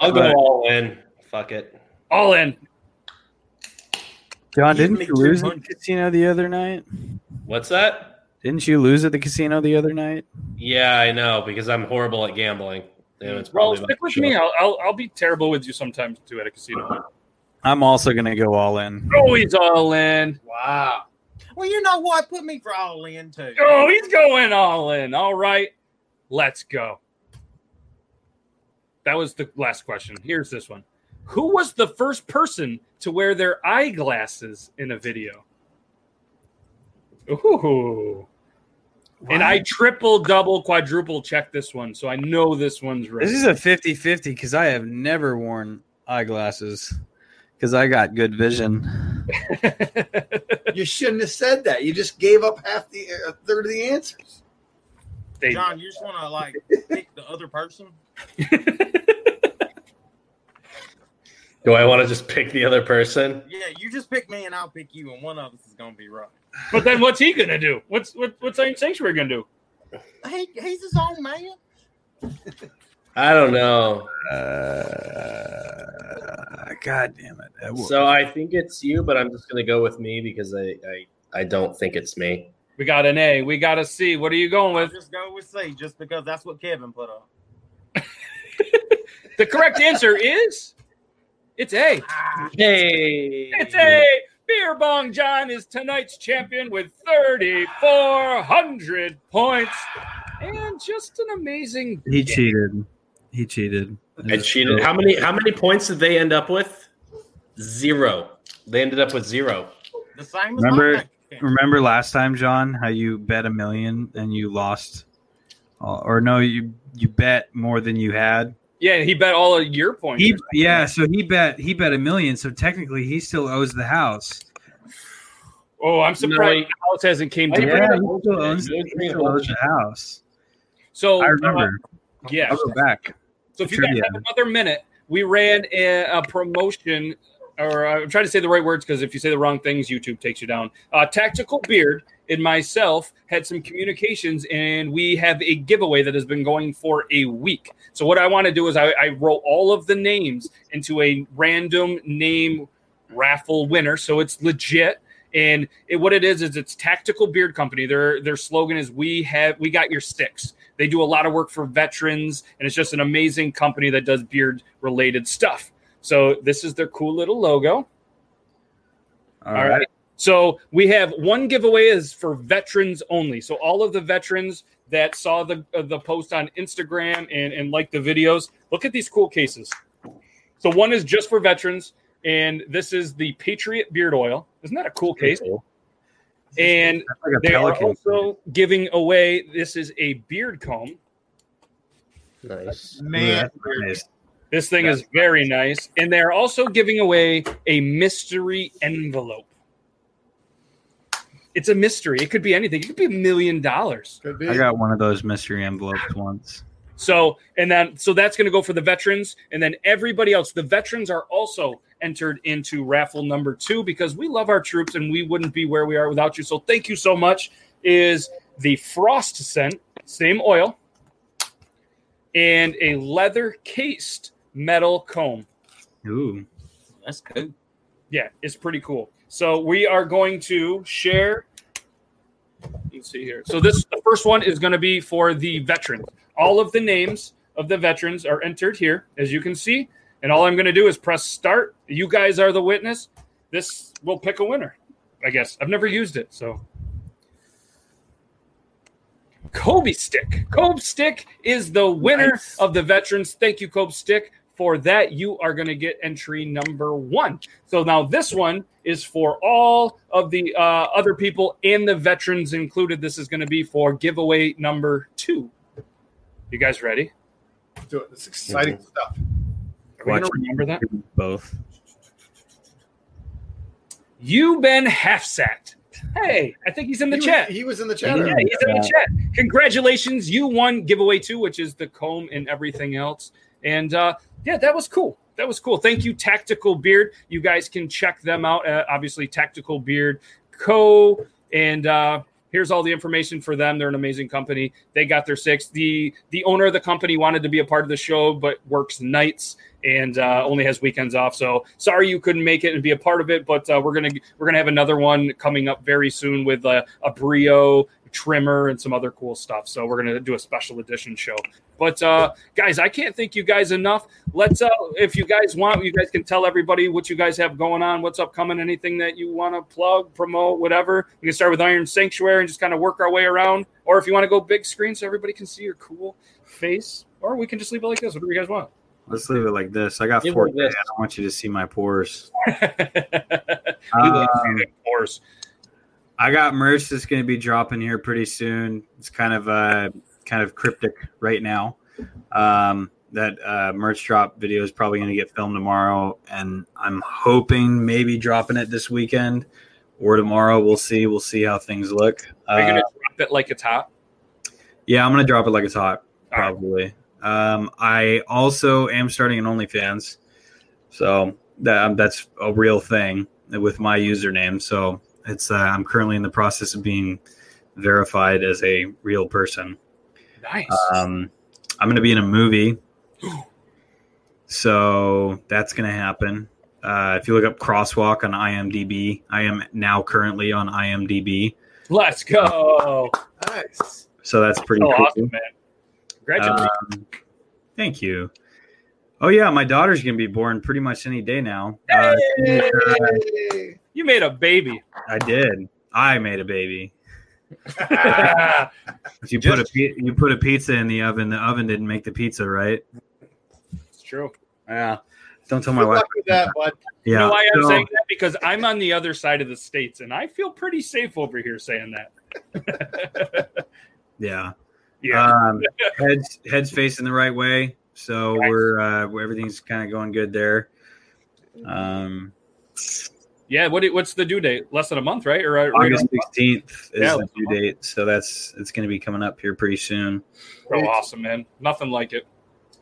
Speaker 3: I'll go
Speaker 8: Right.
Speaker 3: all in. Fuck it.
Speaker 1: All in.
Speaker 8: John,
Speaker 3: Give
Speaker 8: didn't
Speaker 3: me
Speaker 8: you lose at the
Speaker 3: 200.
Speaker 8: casino the other night?
Speaker 3: What's that?
Speaker 8: Didn't you lose at the casino the other night?
Speaker 3: Yeah, I know because I'm horrible at gambling. Damn, it's
Speaker 1: well,
Speaker 3: probably about
Speaker 1: stick with
Speaker 3: to
Speaker 1: me.
Speaker 3: show.
Speaker 1: I'll, I'll I'll be terrible with you sometimes too at a casino.
Speaker 8: I'm also gonna go all in.
Speaker 1: Oh, he's all in.
Speaker 7: Wow.
Speaker 9: Well, you know what? Put me for all in too.
Speaker 1: Oh, he's going all in. All right, let's go. That was the last question. Here's this one. Who was the first person to wear their eyeglasses in a video? Ooh. And I triple, double, quadruple check this one, so I know this one's right.
Speaker 8: This is a 50-50 because I have never worn eyeglasses because I got good vision.
Speaker 7: You shouldn't have said that. You just gave up half the a third of the answers.
Speaker 9: John, you just want to like pick the other person.
Speaker 3: Do I want to just pick the other person?
Speaker 9: Yeah, you just pick me and I'll pick you, and one of us is gonna be right.
Speaker 1: But then what's he gonna do? What's what, what's Iron Sanctuary gonna do?
Speaker 9: He, he's his own man.
Speaker 3: I don't know.
Speaker 8: Uh, God damn it!
Speaker 3: So I think it's you, but I'm just gonna go with me because I I, I don't think it's me.
Speaker 1: We got an A. We got a C. What are you going with?
Speaker 9: Just go with C, just because that's what Kevin put up.
Speaker 1: The correct answer is it's A.
Speaker 3: Hey,
Speaker 1: It's A. Beer Bong John is tonight's champion with 3,400 points and just an amazing.
Speaker 8: He cheated. He cheated.
Speaker 3: I cheated. How many how many points did they end up with? Zero. They ended up with zero.
Speaker 9: The same as
Speaker 8: Remember,
Speaker 9: mine.
Speaker 8: remember last time, John, how you bet a million and you lost, Uh, or no, you you bet more than you had.
Speaker 1: Yeah, he bet all of your points.
Speaker 8: He yeah, so he bet he bet a million. So technically, he still owes the house.
Speaker 1: oh, I'm surprised
Speaker 3: No.
Speaker 1: House hasn't came to
Speaker 8: yeah,
Speaker 1: yeah.
Speaker 8: he still owns, he still owes the house.
Speaker 1: So
Speaker 8: I remember.
Speaker 1: uh, yeah.
Speaker 8: I'll go back.
Speaker 1: So if you guys
Speaker 8: Trivia.
Speaker 1: have another minute, we ran a, a promotion, or uh, I'm trying to say the right words because if you say the wrong things, YouTube takes you down. Uh, Tactical Beard and myself had some communications, and we have a giveaway that has been going for a week. So what I want to do is I, I roll all of the names into a random name raffle winner, so it's legit. And it, what it is is it's Tactical Beard Company. Their their slogan is "We have we got your sticks." They do a lot of work for veterans, and it's just an amazing company that does beard related stuff. So this is their cool little logo. All right. So we have one giveaway is for veterans only. So all of the veterans that saw the uh, the post on Instagram and and liked the videos, look at these cool cases. So one is just for veterans, and this is the Patriot Beard Oil. Isn't that a cool case? And
Speaker 8: like a
Speaker 1: they are
Speaker 8: pelican.
Speaker 1: also giving away. This is a beard comb.
Speaker 3: Nice,
Speaker 1: man. This thing is very nice, and they are also giving away a mystery envelope. It's a mystery. It could be anything. It could be a million dollars. Could
Speaker 8: I got one of those mystery envelopes once.
Speaker 1: So and then so that's going to go for the veterans, and then everybody else. The veterans are also entered into raffle number two because we love our troops and we wouldn't be where we are without you. So thank you so much. Is the frost scent same oil and a leather cased metal comb?
Speaker 8: Ooh,
Speaker 1: that's good. Yeah, it's pretty cool. So we are going to share. Let's see here. So this the first one is going to be for the veterans. All of the names of the veterans are entered here, as you can see. And all I'm going to do is press start. You guys are the witness. This will pick a winner, I guess. I've never used it, so Kobe Stick. Kobe Stick is the winner of the veterans. Thank you, Kobe Stick. For that, you are going to get entry number one. So now this one is for all of the uh, other people and the veterans included. This is going to be for giveaway number two. You guys ready?
Speaker 7: Do it. It's exciting stuff.
Speaker 1: Are we going to remember that?
Speaker 8: Both.
Speaker 1: You Ben Halfsacked. Hey, I think he's in the
Speaker 7: He was-
Speaker 1: chat.
Speaker 7: he was in the chat
Speaker 1: Yeah, he's in
Speaker 7: earlier.
Speaker 1: the chat. Congratulations, you won giveaway two, which is the comb and everything else. And uh, yeah, that was cool. That was cool. Thank you, Tactical Beard. You guys can check them out. Uh, obviously, Tactical Beard Co. And uh, here's all the information for them. They're an amazing company. They got their six. The the owner of the company wanted to be a part of the show, but works nights and uh, only has weekends off. So sorry you couldn't make it and be a part of it, but uh, we're gonna we're gonna have another one coming up very soon with uh, a brio trimmer and some other cool stuff. So we're gonna do a special edition show. But uh, guys, I can't thank you guys enough. Let's uh, if you guys want, you guys can tell everybody what you guys have going on, what's upcoming, anything that you want to plug, promote, whatever. We can start with Iron Sanctuary and just kind of work our way around. Or if you want to go big screen so everybody can see your cool face, or we can just leave it like this. Whatever you guys want.
Speaker 8: Let's leave it like this. I got
Speaker 1: Leave it
Speaker 8: four.
Speaker 1: like
Speaker 8: I
Speaker 1: this.
Speaker 8: don't want you to see my pores.
Speaker 1: love
Speaker 8: Um,
Speaker 1: pores.
Speaker 8: I got merch that's going to be dropping here pretty soon. It's kind of uh, kind of cryptic right now. Um, that uh, merch drop video is probably going to get filmed tomorrow, and I'm hoping maybe dropping it this weekend or tomorrow. We'll see. We'll see how things look.
Speaker 1: Are you
Speaker 8: Uh,
Speaker 1: gonna drop it like it's hot?
Speaker 8: yeah, I'm gonna drop it like it's hot, probably. Um, I also am starting an OnlyFans, so that that's a real thing with my username. So it's uh, I'm currently in the process of being verified as a real person.
Speaker 1: Nice.
Speaker 8: Um, I'm gonna be in a movie, so that's gonna happen. Uh, if you look up Crosswalk on IMDb, I am now currently on IMDb,
Speaker 1: Let's go.
Speaker 7: Nice.
Speaker 8: so that's pretty
Speaker 1: so
Speaker 8: cool.
Speaker 1: awesome, man. Congratulations.
Speaker 8: Um, thank you. Oh yeah, my daughter's gonna be born pretty much any day now. Uh,
Speaker 1: you made a baby.
Speaker 8: I did. I made a baby. If you put a pi- you put a pizza in the oven, the oven didn't make the pizza, right?
Speaker 1: It's true.
Speaker 8: Yeah. Don't tell my wife.
Speaker 7: that, bud.
Speaker 1: You know
Speaker 8: Yeah,
Speaker 1: why I'm
Speaker 8: so-
Speaker 1: saying that? Because I'm on the other side of the states, and I feel pretty safe over here saying that.
Speaker 8: Yeah.
Speaker 1: Yeah.
Speaker 8: Um, heads heads facing the right way, so we're uh, we're- everything's kind of going good there. Um,
Speaker 1: Yeah. What, what's the due date? Less than a month, right? Or uh, right
Speaker 8: August
Speaker 1: on-
Speaker 8: sixteenth is
Speaker 1: Yeah.
Speaker 8: the due date, so that's it's going to be coming up here pretty soon.
Speaker 1: So Oh, awesome, man. Nothing like it.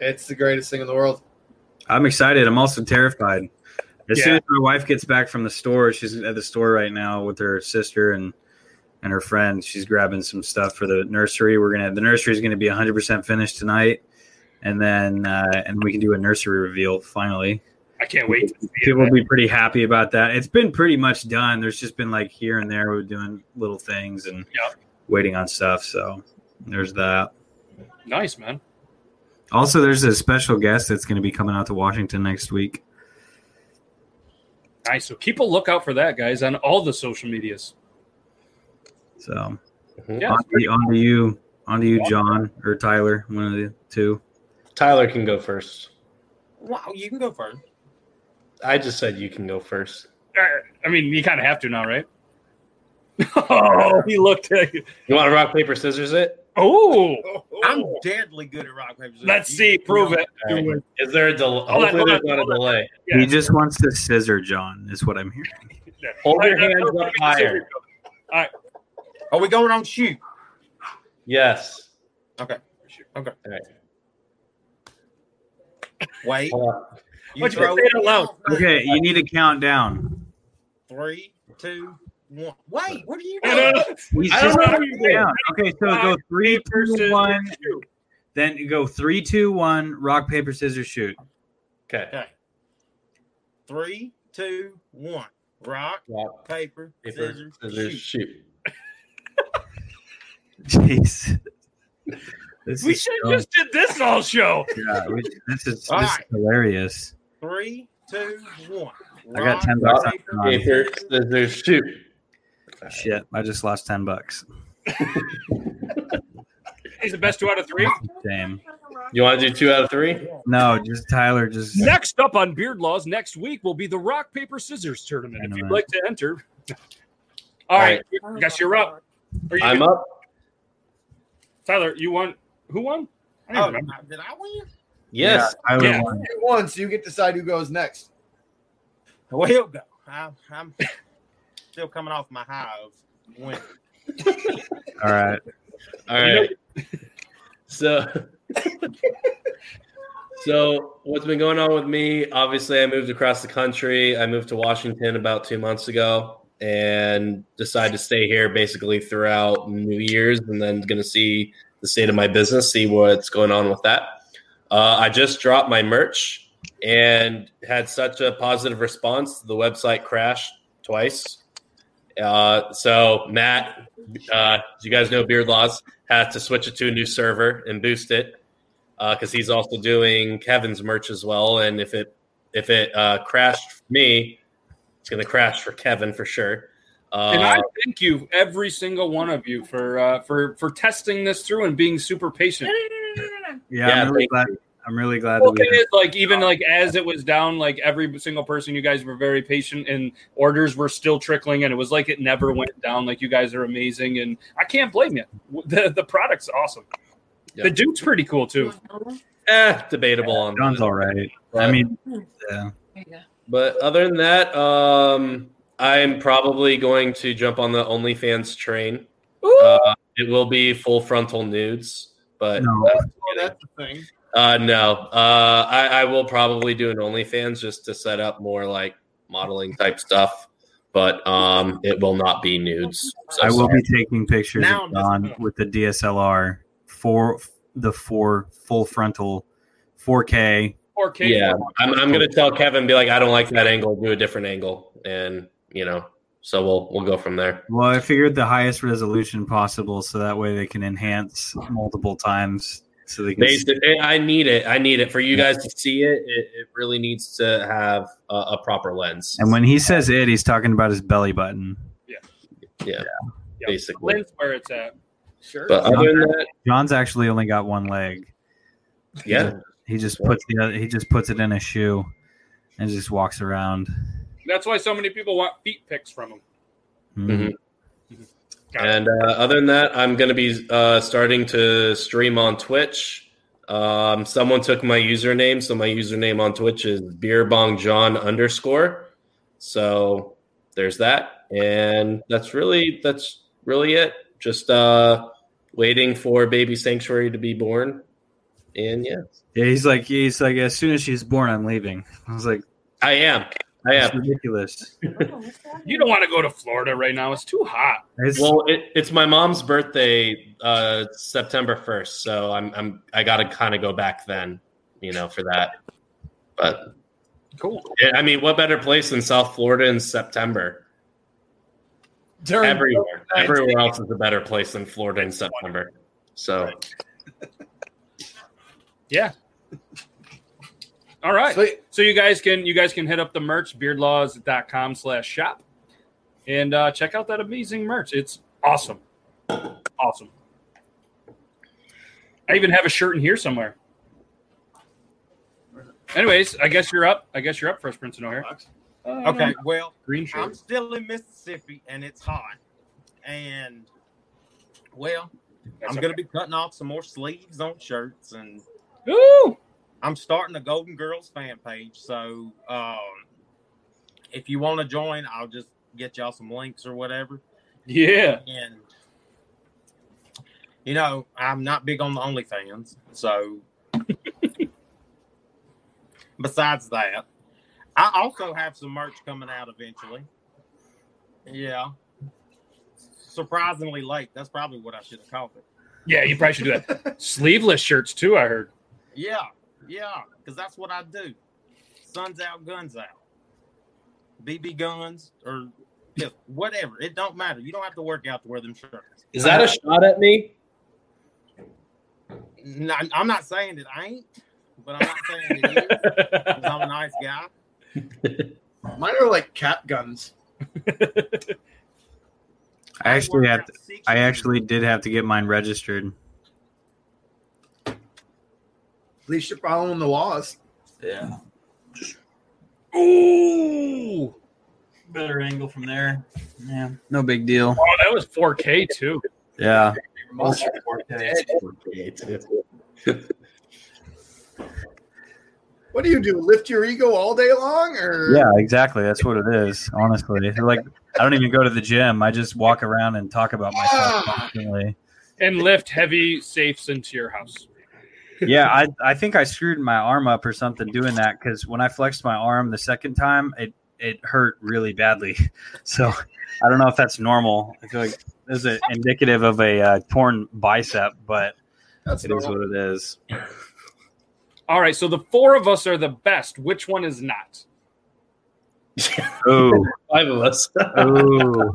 Speaker 7: It's the greatest thing in the world.
Speaker 8: I'm excited. I'm also terrified. As soon
Speaker 7: Yeah.
Speaker 8: as my wife gets back from the store, she's at the store right now with her sister, and and her friend. She's grabbing some stuff for the nursery. We're gonna the nursery's gonna be 100 percent finished tonight, and then uh, and we can do a nursery reveal finally.
Speaker 1: I can't wait. To see it,
Speaker 8: People will be pretty happy about that. It's been pretty much done. There's just been like here and there we're doing little things and waiting on stuff. So there's that.
Speaker 1: Nice, man.
Speaker 8: Also, there's a special guest that's going to be coming out to Washington next week.
Speaker 1: Nice. So keep a lookout for that, guys, on all the social medias.
Speaker 8: So
Speaker 1: Yeah.
Speaker 8: on, to, on to you, on to you, John or Tyler, one of the two.
Speaker 3: Tyler can go first.
Speaker 9: Wow, you can go first.
Speaker 3: I just said you can go first.
Speaker 1: Uh, I mean, you kind of have to now, right? Oh, he looked at you.
Speaker 3: You want to rock, paper, scissors it?
Speaker 1: Oh,
Speaker 9: I'm deadly good at rock paper. scissors.
Speaker 1: Let's see. Prove it.
Speaker 3: All right. Is there a delay?
Speaker 1: Hold on,
Speaker 3: Hopefully,
Speaker 1: hold
Speaker 3: there's
Speaker 1: on,
Speaker 3: not a delay.
Speaker 8: He just wants to scissor John, is what I'm hearing.
Speaker 3: Hold your hands up higher.
Speaker 1: All right.
Speaker 9: Are we going on shoot?
Speaker 3: Yes.
Speaker 9: Okay. Okay.
Speaker 3: All right.
Speaker 9: Wait. You
Speaker 8: What'd you
Speaker 9: throw
Speaker 8: say
Speaker 9: it
Speaker 8: out
Speaker 9: loud.
Speaker 8: Okay, you need to count down.
Speaker 9: Three, two, one. Wait, what are you
Speaker 1: No,
Speaker 9: doing?
Speaker 1: no, no.
Speaker 8: He's
Speaker 1: I don't
Speaker 8: just
Speaker 1: know what
Speaker 8: counting
Speaker 1: you're doing.
Speaker 8: down. Okay, so go three, two, one. Then you go three, two, one. Rock, paper, scissors, shoot.
Speaker 3: Okay.
Speaker 9: Three, two, one. Rock,
Speaker 3: Rock,
Speaker 9: paper,
Speaker 3: Paper,
Speaker 9: scissors,
Speaker 3: scissors,
Speaker 9: shoot.
Speaker 3: shoot.
Speaker 8: Jeez. This
Speaker 1: We
Speaker 8: is
Speaker 1: should
Speaker 8: so-
Speaker 1: just did this all show.
Speaker 8: Yeah, we, this is, this
Speaker 1: All
Speaker 8: is
Speaker 1: right.
Speaker 8: hilarious.
Speaker 9: Three, two, one.
Speaker 8: I got
Speaker 9: Rock,
Speaker 8: 10 bucks.
Speaker 9: paper,
Speaker 8: on it.
Speaker 3: Paper, scissors, shoot.
Speaker 8: Shit, I just lost 10 bucks.
Speaker 1: He's the best two out of three.
Speaker 8: Damn.
Speaker 3: You want to do two out of three?
Speaker 8: No, just Tyler. Just
Speaker 1: Next up on Beard Laws next week will be the Rock Paper Scissors tournament. If you'd like to enter, all right. I guess you're up. Are you-
Speaker 3: I'm up.
Speaker 1: Tyler. You won. Who won? I don't
Speaker 9: Oh,
Speaker 1: remember.
Speaker 9: did I win?
Speaker 3: Yes.
Speaker 8: Yeah, Tyler
Speaker 1: Yeah.
Speaker 8: won.
Speaker 7: Once you get to decide who goes next.
Speaker 9: Well, he'll go. I'm, I'm still coming off my high of winning.
Speaker 8: All right.
Speaker 3: All right. So, so what's been going on with me? Obviously, I moved across the country. I moved to Washington about two months ago and decided to stay here basically throughout New Year's, and then going to see the state of my business, see what's going on with that. Uh, I just dropped my merch and had such a positive response. The website crashed twice. Uh, so Matt, uh, you guys know Beard Laws has to switch it to a new server and boost it because he's also doing Kevin's merch as well. And if it if it uh, crashed for me, it's going to crash for Kevin for sure. Uh,
Speaker 1: and I thank you, every single one of you, for uh, for for testing this through and being super patient.
Speaker 8: Yeah,
Speaker 3: Yeah,
Speaker 8: I'm really
Speaker 3: thank
Speaker 8: glad. I'm really glad
Speaker 1: Well,
Speaker 8: that
Speaker 1: thing
Speaker 8: we
Speaker 1: is, like even like as it was down, like every single person, you guys were very patient, and orders were still trickling, and it was like it never went down. Like you guys are amazing, and I can't blame you. The the product's awesome.
Speaker 3: Yeah.
Speaker 1: The dude's pretty cool too.
Speaker 3: eh, debatable on
Speaker 8: John's all right. I mean, yeah.
Speaker 3: But other than that, um, I'm probably going to jump on the OnlyFans train. Uh, it will be full frontal nudes, but
Speaker 8: No.
Speaker 9: Well, Oh, that's the thing.
Speaker 3: uh, no, uh, I, I will probably do an OnlyFans just to set up more like modeling type stuff. But um, it will not be nudes. So
Speaker 8: I will
Speaker 3: sorry.
Speaker 8: be taking pictures
Speaker 9: Now
Speaker 8: of
Speaker 9: I'm just-
Speaker 8: John with the DSLR for the four full frontal 4K.
Speaker 1: Or K.
Speaker 3: Yeah, I'm, I'm gonna tell Kevin be like, I don't like that angle. Do a different angle, and you know, so we'll we'll go from there.
Speaker 8: Well, I figured the highest resolution possible, so that way they can enhance multiple times, so they can.
Speaker 3: They, they- I need it. I need it for you guys to see it. It, it really needs to have a, a proper lens.
Speaker 8: and when he says it, he's talking about his belly button.
Speaker 3: yeah,
Speaker 1: Yeah.
Speaker 3: basically.
Speaker 1: Lens where it's at. Sure.
Speaker 3: But other than that,
Speaker 8: John's actually only got one leg.
Speaker 3: yeah,
Speaker 8: He just puts the other, he just puts it in a shoe, and just walks around.
Speaker 1: That's why so many people want feet pics from him.
Speaker 8: Mhm.
Speaker 3: and uh, other than that, I'm gonna be uh, starting to stream on Twitch. Um, someone took my username, so my username on Twitch is beerbongjohn underscore. So there's that, and that's really that's really it. Just uh, waiting for baby sanctuary to be born, and yeah.
Speaker 8: Yeah, he's like he's like as soon as she's born, I'm leaving. I was like,
Speaker 3: I am.
Speaker 4: I
Speaker 8: It's
Speaker 4: am.
Speaker 8: ridiculous.
Speaker 1: You don't want to go to Florida right now. It's too hot.
Speaker 4: well, it, it's my mom's birthday, uh, September first, so I'm I'm I gotta kind of go back then, you know, for that. But
Speaker 1: cool.
Speaker 4: I mean, what better place than South Florida in September?
Speaker 1: During-
Speaker 4: everywhere, everywhere else is a better place than Florida in September. So
Speaker 1: Yeah. All right. So you guys can you guys can hit up the merch beardlaws.com slash shop and uh, check out that amazing merch. It's awesome. Awesome. I even have a shirt in here somewhere. Anyways, I guess you're up. I guess you're up, First Prince of O'Hare.
Speaker 2: Okay, well,
Speaker 1: green
Speaker 2: I'm
Speaker 1: shirt.
Speaker 2: still in Mississippi and it's hot. And well,
Speaker 1: That's
Speaker 2: I'm gonna be cutting off some more sleeves on shirts and
Speaker 1: Woo!
Speaker 2: I'm starting a Golden Girls fan page. So um if you want to join, I'll just get y'all some links or whatever.
Speaker 1: Yeah.
Speaker 2: And you know, I'm not big on the OnlyFans, so besides that, I also have some merch coming out eventually. Yeah. Surprisingly late. That's probably what I should have called it.
Speaker 1: Yeah, you probably should do that. Sleeveless shirts too, I heard.
Speaker 2: Yeah, yeah, because that's what I do. Sun's out, guns out. BB guns or yeah, whatever. It don't matter. You don't have to work out to wear them shirts. Uh,
Speaker 4: is that a shot at me?
Speaker 2: No, I'm not saying it ain't, but I'm not saying it is. 'cause I'm a nice guy.
Speaker 3: Mine are like cap guns.
Speaker 8: I actually had to, I actually did have to get mine registered.
Speaker 3: At least you're following the laws.
Speaker 8: Yeah.
Speaker 1: Ooh.
Speaker 8: Better angle from there. Yeah. No big deal.
Speaker 1: Oh, that was 4K too.
Speaker 8: Yeah.
Speaker 3: What do you do? Lift your ego all day long, or
Speaker 8: Yeah, exactly. That's what it is. Honestly, It's like I don't even go to the gym. I just walk around and talk about myself. Constantly.
Speaker 1: And lift heavy safes into your house.
Speaker 8: Yeah, I I think I screwed my arm up or something doing that because when I flexed my arm the second time, it it hurt really badly. So I don't know if that's normal. I feel like this is indicative of a uh, torn bicep, but
Speaker 3: that's
Speaker 8: it is what it is.
Speaker 1: All right, so the four of us are the best. Which one is not?
Speaker 8: Oh,
Speaker 4: five of us.
Speaker 8: oh,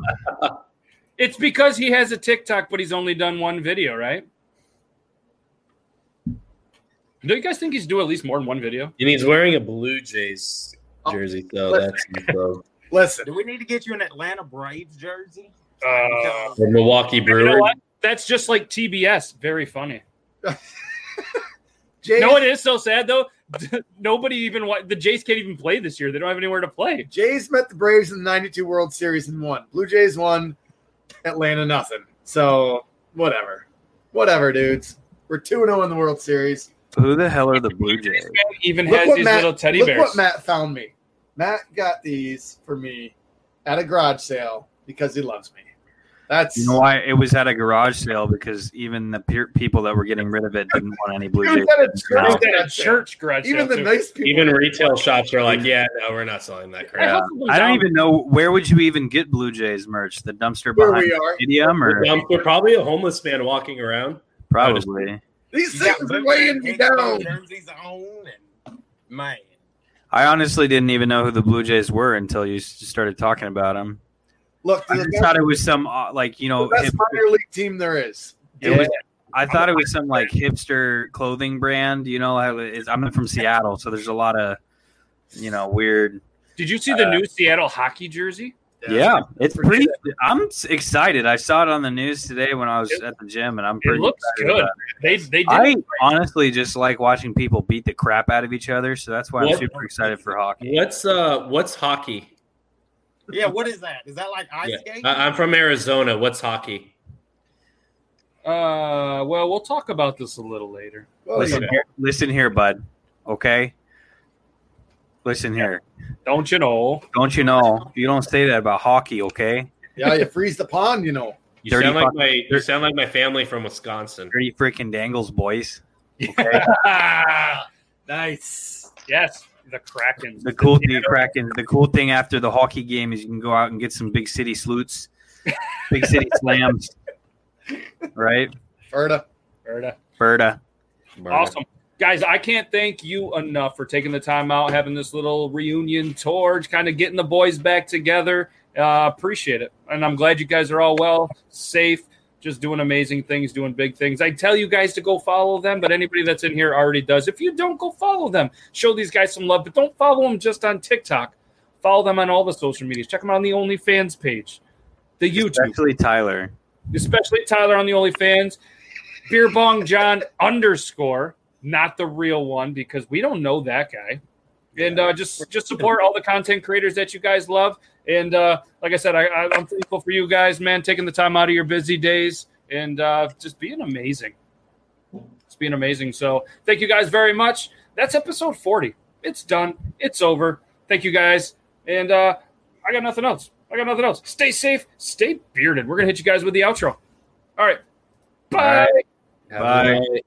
Speaker 1: It's because he has a TikTok, but he's only done one video, right? Do you guys think he's doing at least more than one video?
Speaker 4: And he's wearing a Blue Jays jersey, so that's so,
Speaker 2: Oh,
Speaker 3: Listen,
Speaker 2: do we need to get you an Atlanta Braves jersey?
Speaker 1: Uh,
Speaker 4: the Milwaukee
Speaker 1: you know
Speaker 4: Brewers.
Speaker 1: what? That's just like TBS. Very funny.
Speaker 3: Jays,
Speaker 1: No, it is so sad though. Nobody even wa- the Jays can't even play this year. They don't have anywhere to play.
Speaker 3: Jays met the Braves in the '92 World Series and won. Blue Jays won. Atlanta nothing. So whatever, whatever, dudes. We're two zero in the World Series.
Speaker 8: who the hell are the Blue Jays?
Speaker 1: Even
Speaker 3: Look
Speaker 1: has
Speaker 3: what
Speaker 1: these
Speaker 3: Matt-
Speaker 1: little teddy
Speaker 3: look
Speaker 1: bears.
Speaker 3: what Matt found me. Matt got these for me at a garage sale because he loves me. That's
Speaker 8: You know why it was at a garage sale because even the peer, people that were getting rid of it didn't want any Blue
Speaker 3: It
Speaker 8: Jays.
Speaker 3: was at a
Speaker 8: No.
Speaker 3: church,
Speaker 1: at a church garage
Speaker 3: Even
Speaker 1: sale,
Speaker 3: the
Speaker 1: too.
Speaker 3: nice people.
Speaker 4: Even retail shops are like, yeah, no, we're not selling that crap.
Speaker 8: Yeah. I don't even know where would you even get Blue Jays merch? The dumpster
Speaker 4: Where
Speaker 8: behind
Speaker 4: we
Speaker 8: the
Speaker 4: are.
Speaker 8: stadium, or
Speaker 4: Um, we're probably a homeless man walking around.
Speaker 1: Uh,
Speaker 8: probably.
Speaker 3: These
Speaker 2: things
Speaker 3: are weighing me down.
Speaker 2: Jerseys on and man.
Speaker 8: I honestly didn't even know who the Blue Jays were until you s- started talking about them.
Speaker 3: Look,
Speaker 8: I just thought it was some uh, like you know,
Speaker 3: the best
Speaker 8: hip-
Speaker 3: minor league team there is.
Speaker 8: it was- I thought it was some like hipster clothing brand. You know, how it is- I'm from Seattle, so there's a lot of you know weird.
Speaker 1: Did you see
Speaker 8: Uh,
Speaker 1: the new Seattle hockey jersey?
Speaker 8: Yeah, it's pretty. I'm s- excited. I saw it on the news today when I was at the gym, and I'm
Speaker 1: It
Speaker 8: pretty.
Speaker 1: looks
Speaker 8: excited
Speaker 1: good.
Speaker 8: about it.
Speaker 1: They they did.
Speaker 8: I honestly just like watching people beat the crap out of each other, so that's why I'm
Speaker 4: What-
Speaker 8: super excited for hockey.
Speaker 4: What's uh, what's hockey?
Speaker 2: Yeah, what is that? Is that like ice
Speaker 4: Yeah. uh,
Speaker 2: skating?
Speaker 4: I- I'm from Arizona. What's hockey?
Speaker 1: Uh, well, we'll talk about this a little later.
Speaker 8: Listen, here, listen here, bud. Okay. Listen here.
Speaker 1: Don't you know?
Speaker 8: Don't you know? You don't say that about hockey, okay?
Speaker 3: Yeah, you freeze the pond, you know.
Speaker 4: You
Speaker 8: Dirty
Speaker 4: sound like
Speaker 8: fuck-
Speaker 4: my you sound like my family from Wisconsin.
Speaker 8: Dirty freaking dangles, boys.
Speaker 1: Ah,
Speaker 3: nice.
Speaker 1: Yes. the Kraken.
Speaker 8: The cool thing, Kraken. The cool thing after the hockey game is you can go out and get some big city sleuts, big city slams, right?
Speaker 7: Berta.
Speaker 1: Berta.
Speaker 8: Berta.
Speaker 2: uh,
Speaker 1: Awesome. Guys, I can't thank you enough for taking the time out, having this little reunion tour, kind of getting the boys back together. Uh, appreciate it. And I'm glad you guys are all well, safe, just doing amazing things, doing big things. I tell you guys to go follow them, but anybody that's in here already does. If you don't, go follow them. Show these guys some love, but don't follow them just on TikTok. Follow them on all the social medias. Check them out on the OnlyFans page, the YouTube,
Speaker 8: Especially Tyler.
Speaker 1: especially Tyler on the OnlyFans, Beer Bong John underscore, not the real one because we don't know that guy. And uh, just just support all the content creators that you guys love. And uh, like I said, I, I, I'm thankful for you guys, man, taking the time out of your busy days and uh, just being amazing. It's been amazing. So thank you guys very much. That's episode 40. It's done. It's over. Thank you guys. And uh, I got nothing else. I got nothing else. Stay safe. Stay bearded. We're going to hit you guys with the outro. All right. Bye.
Speaker 3: Have a good night.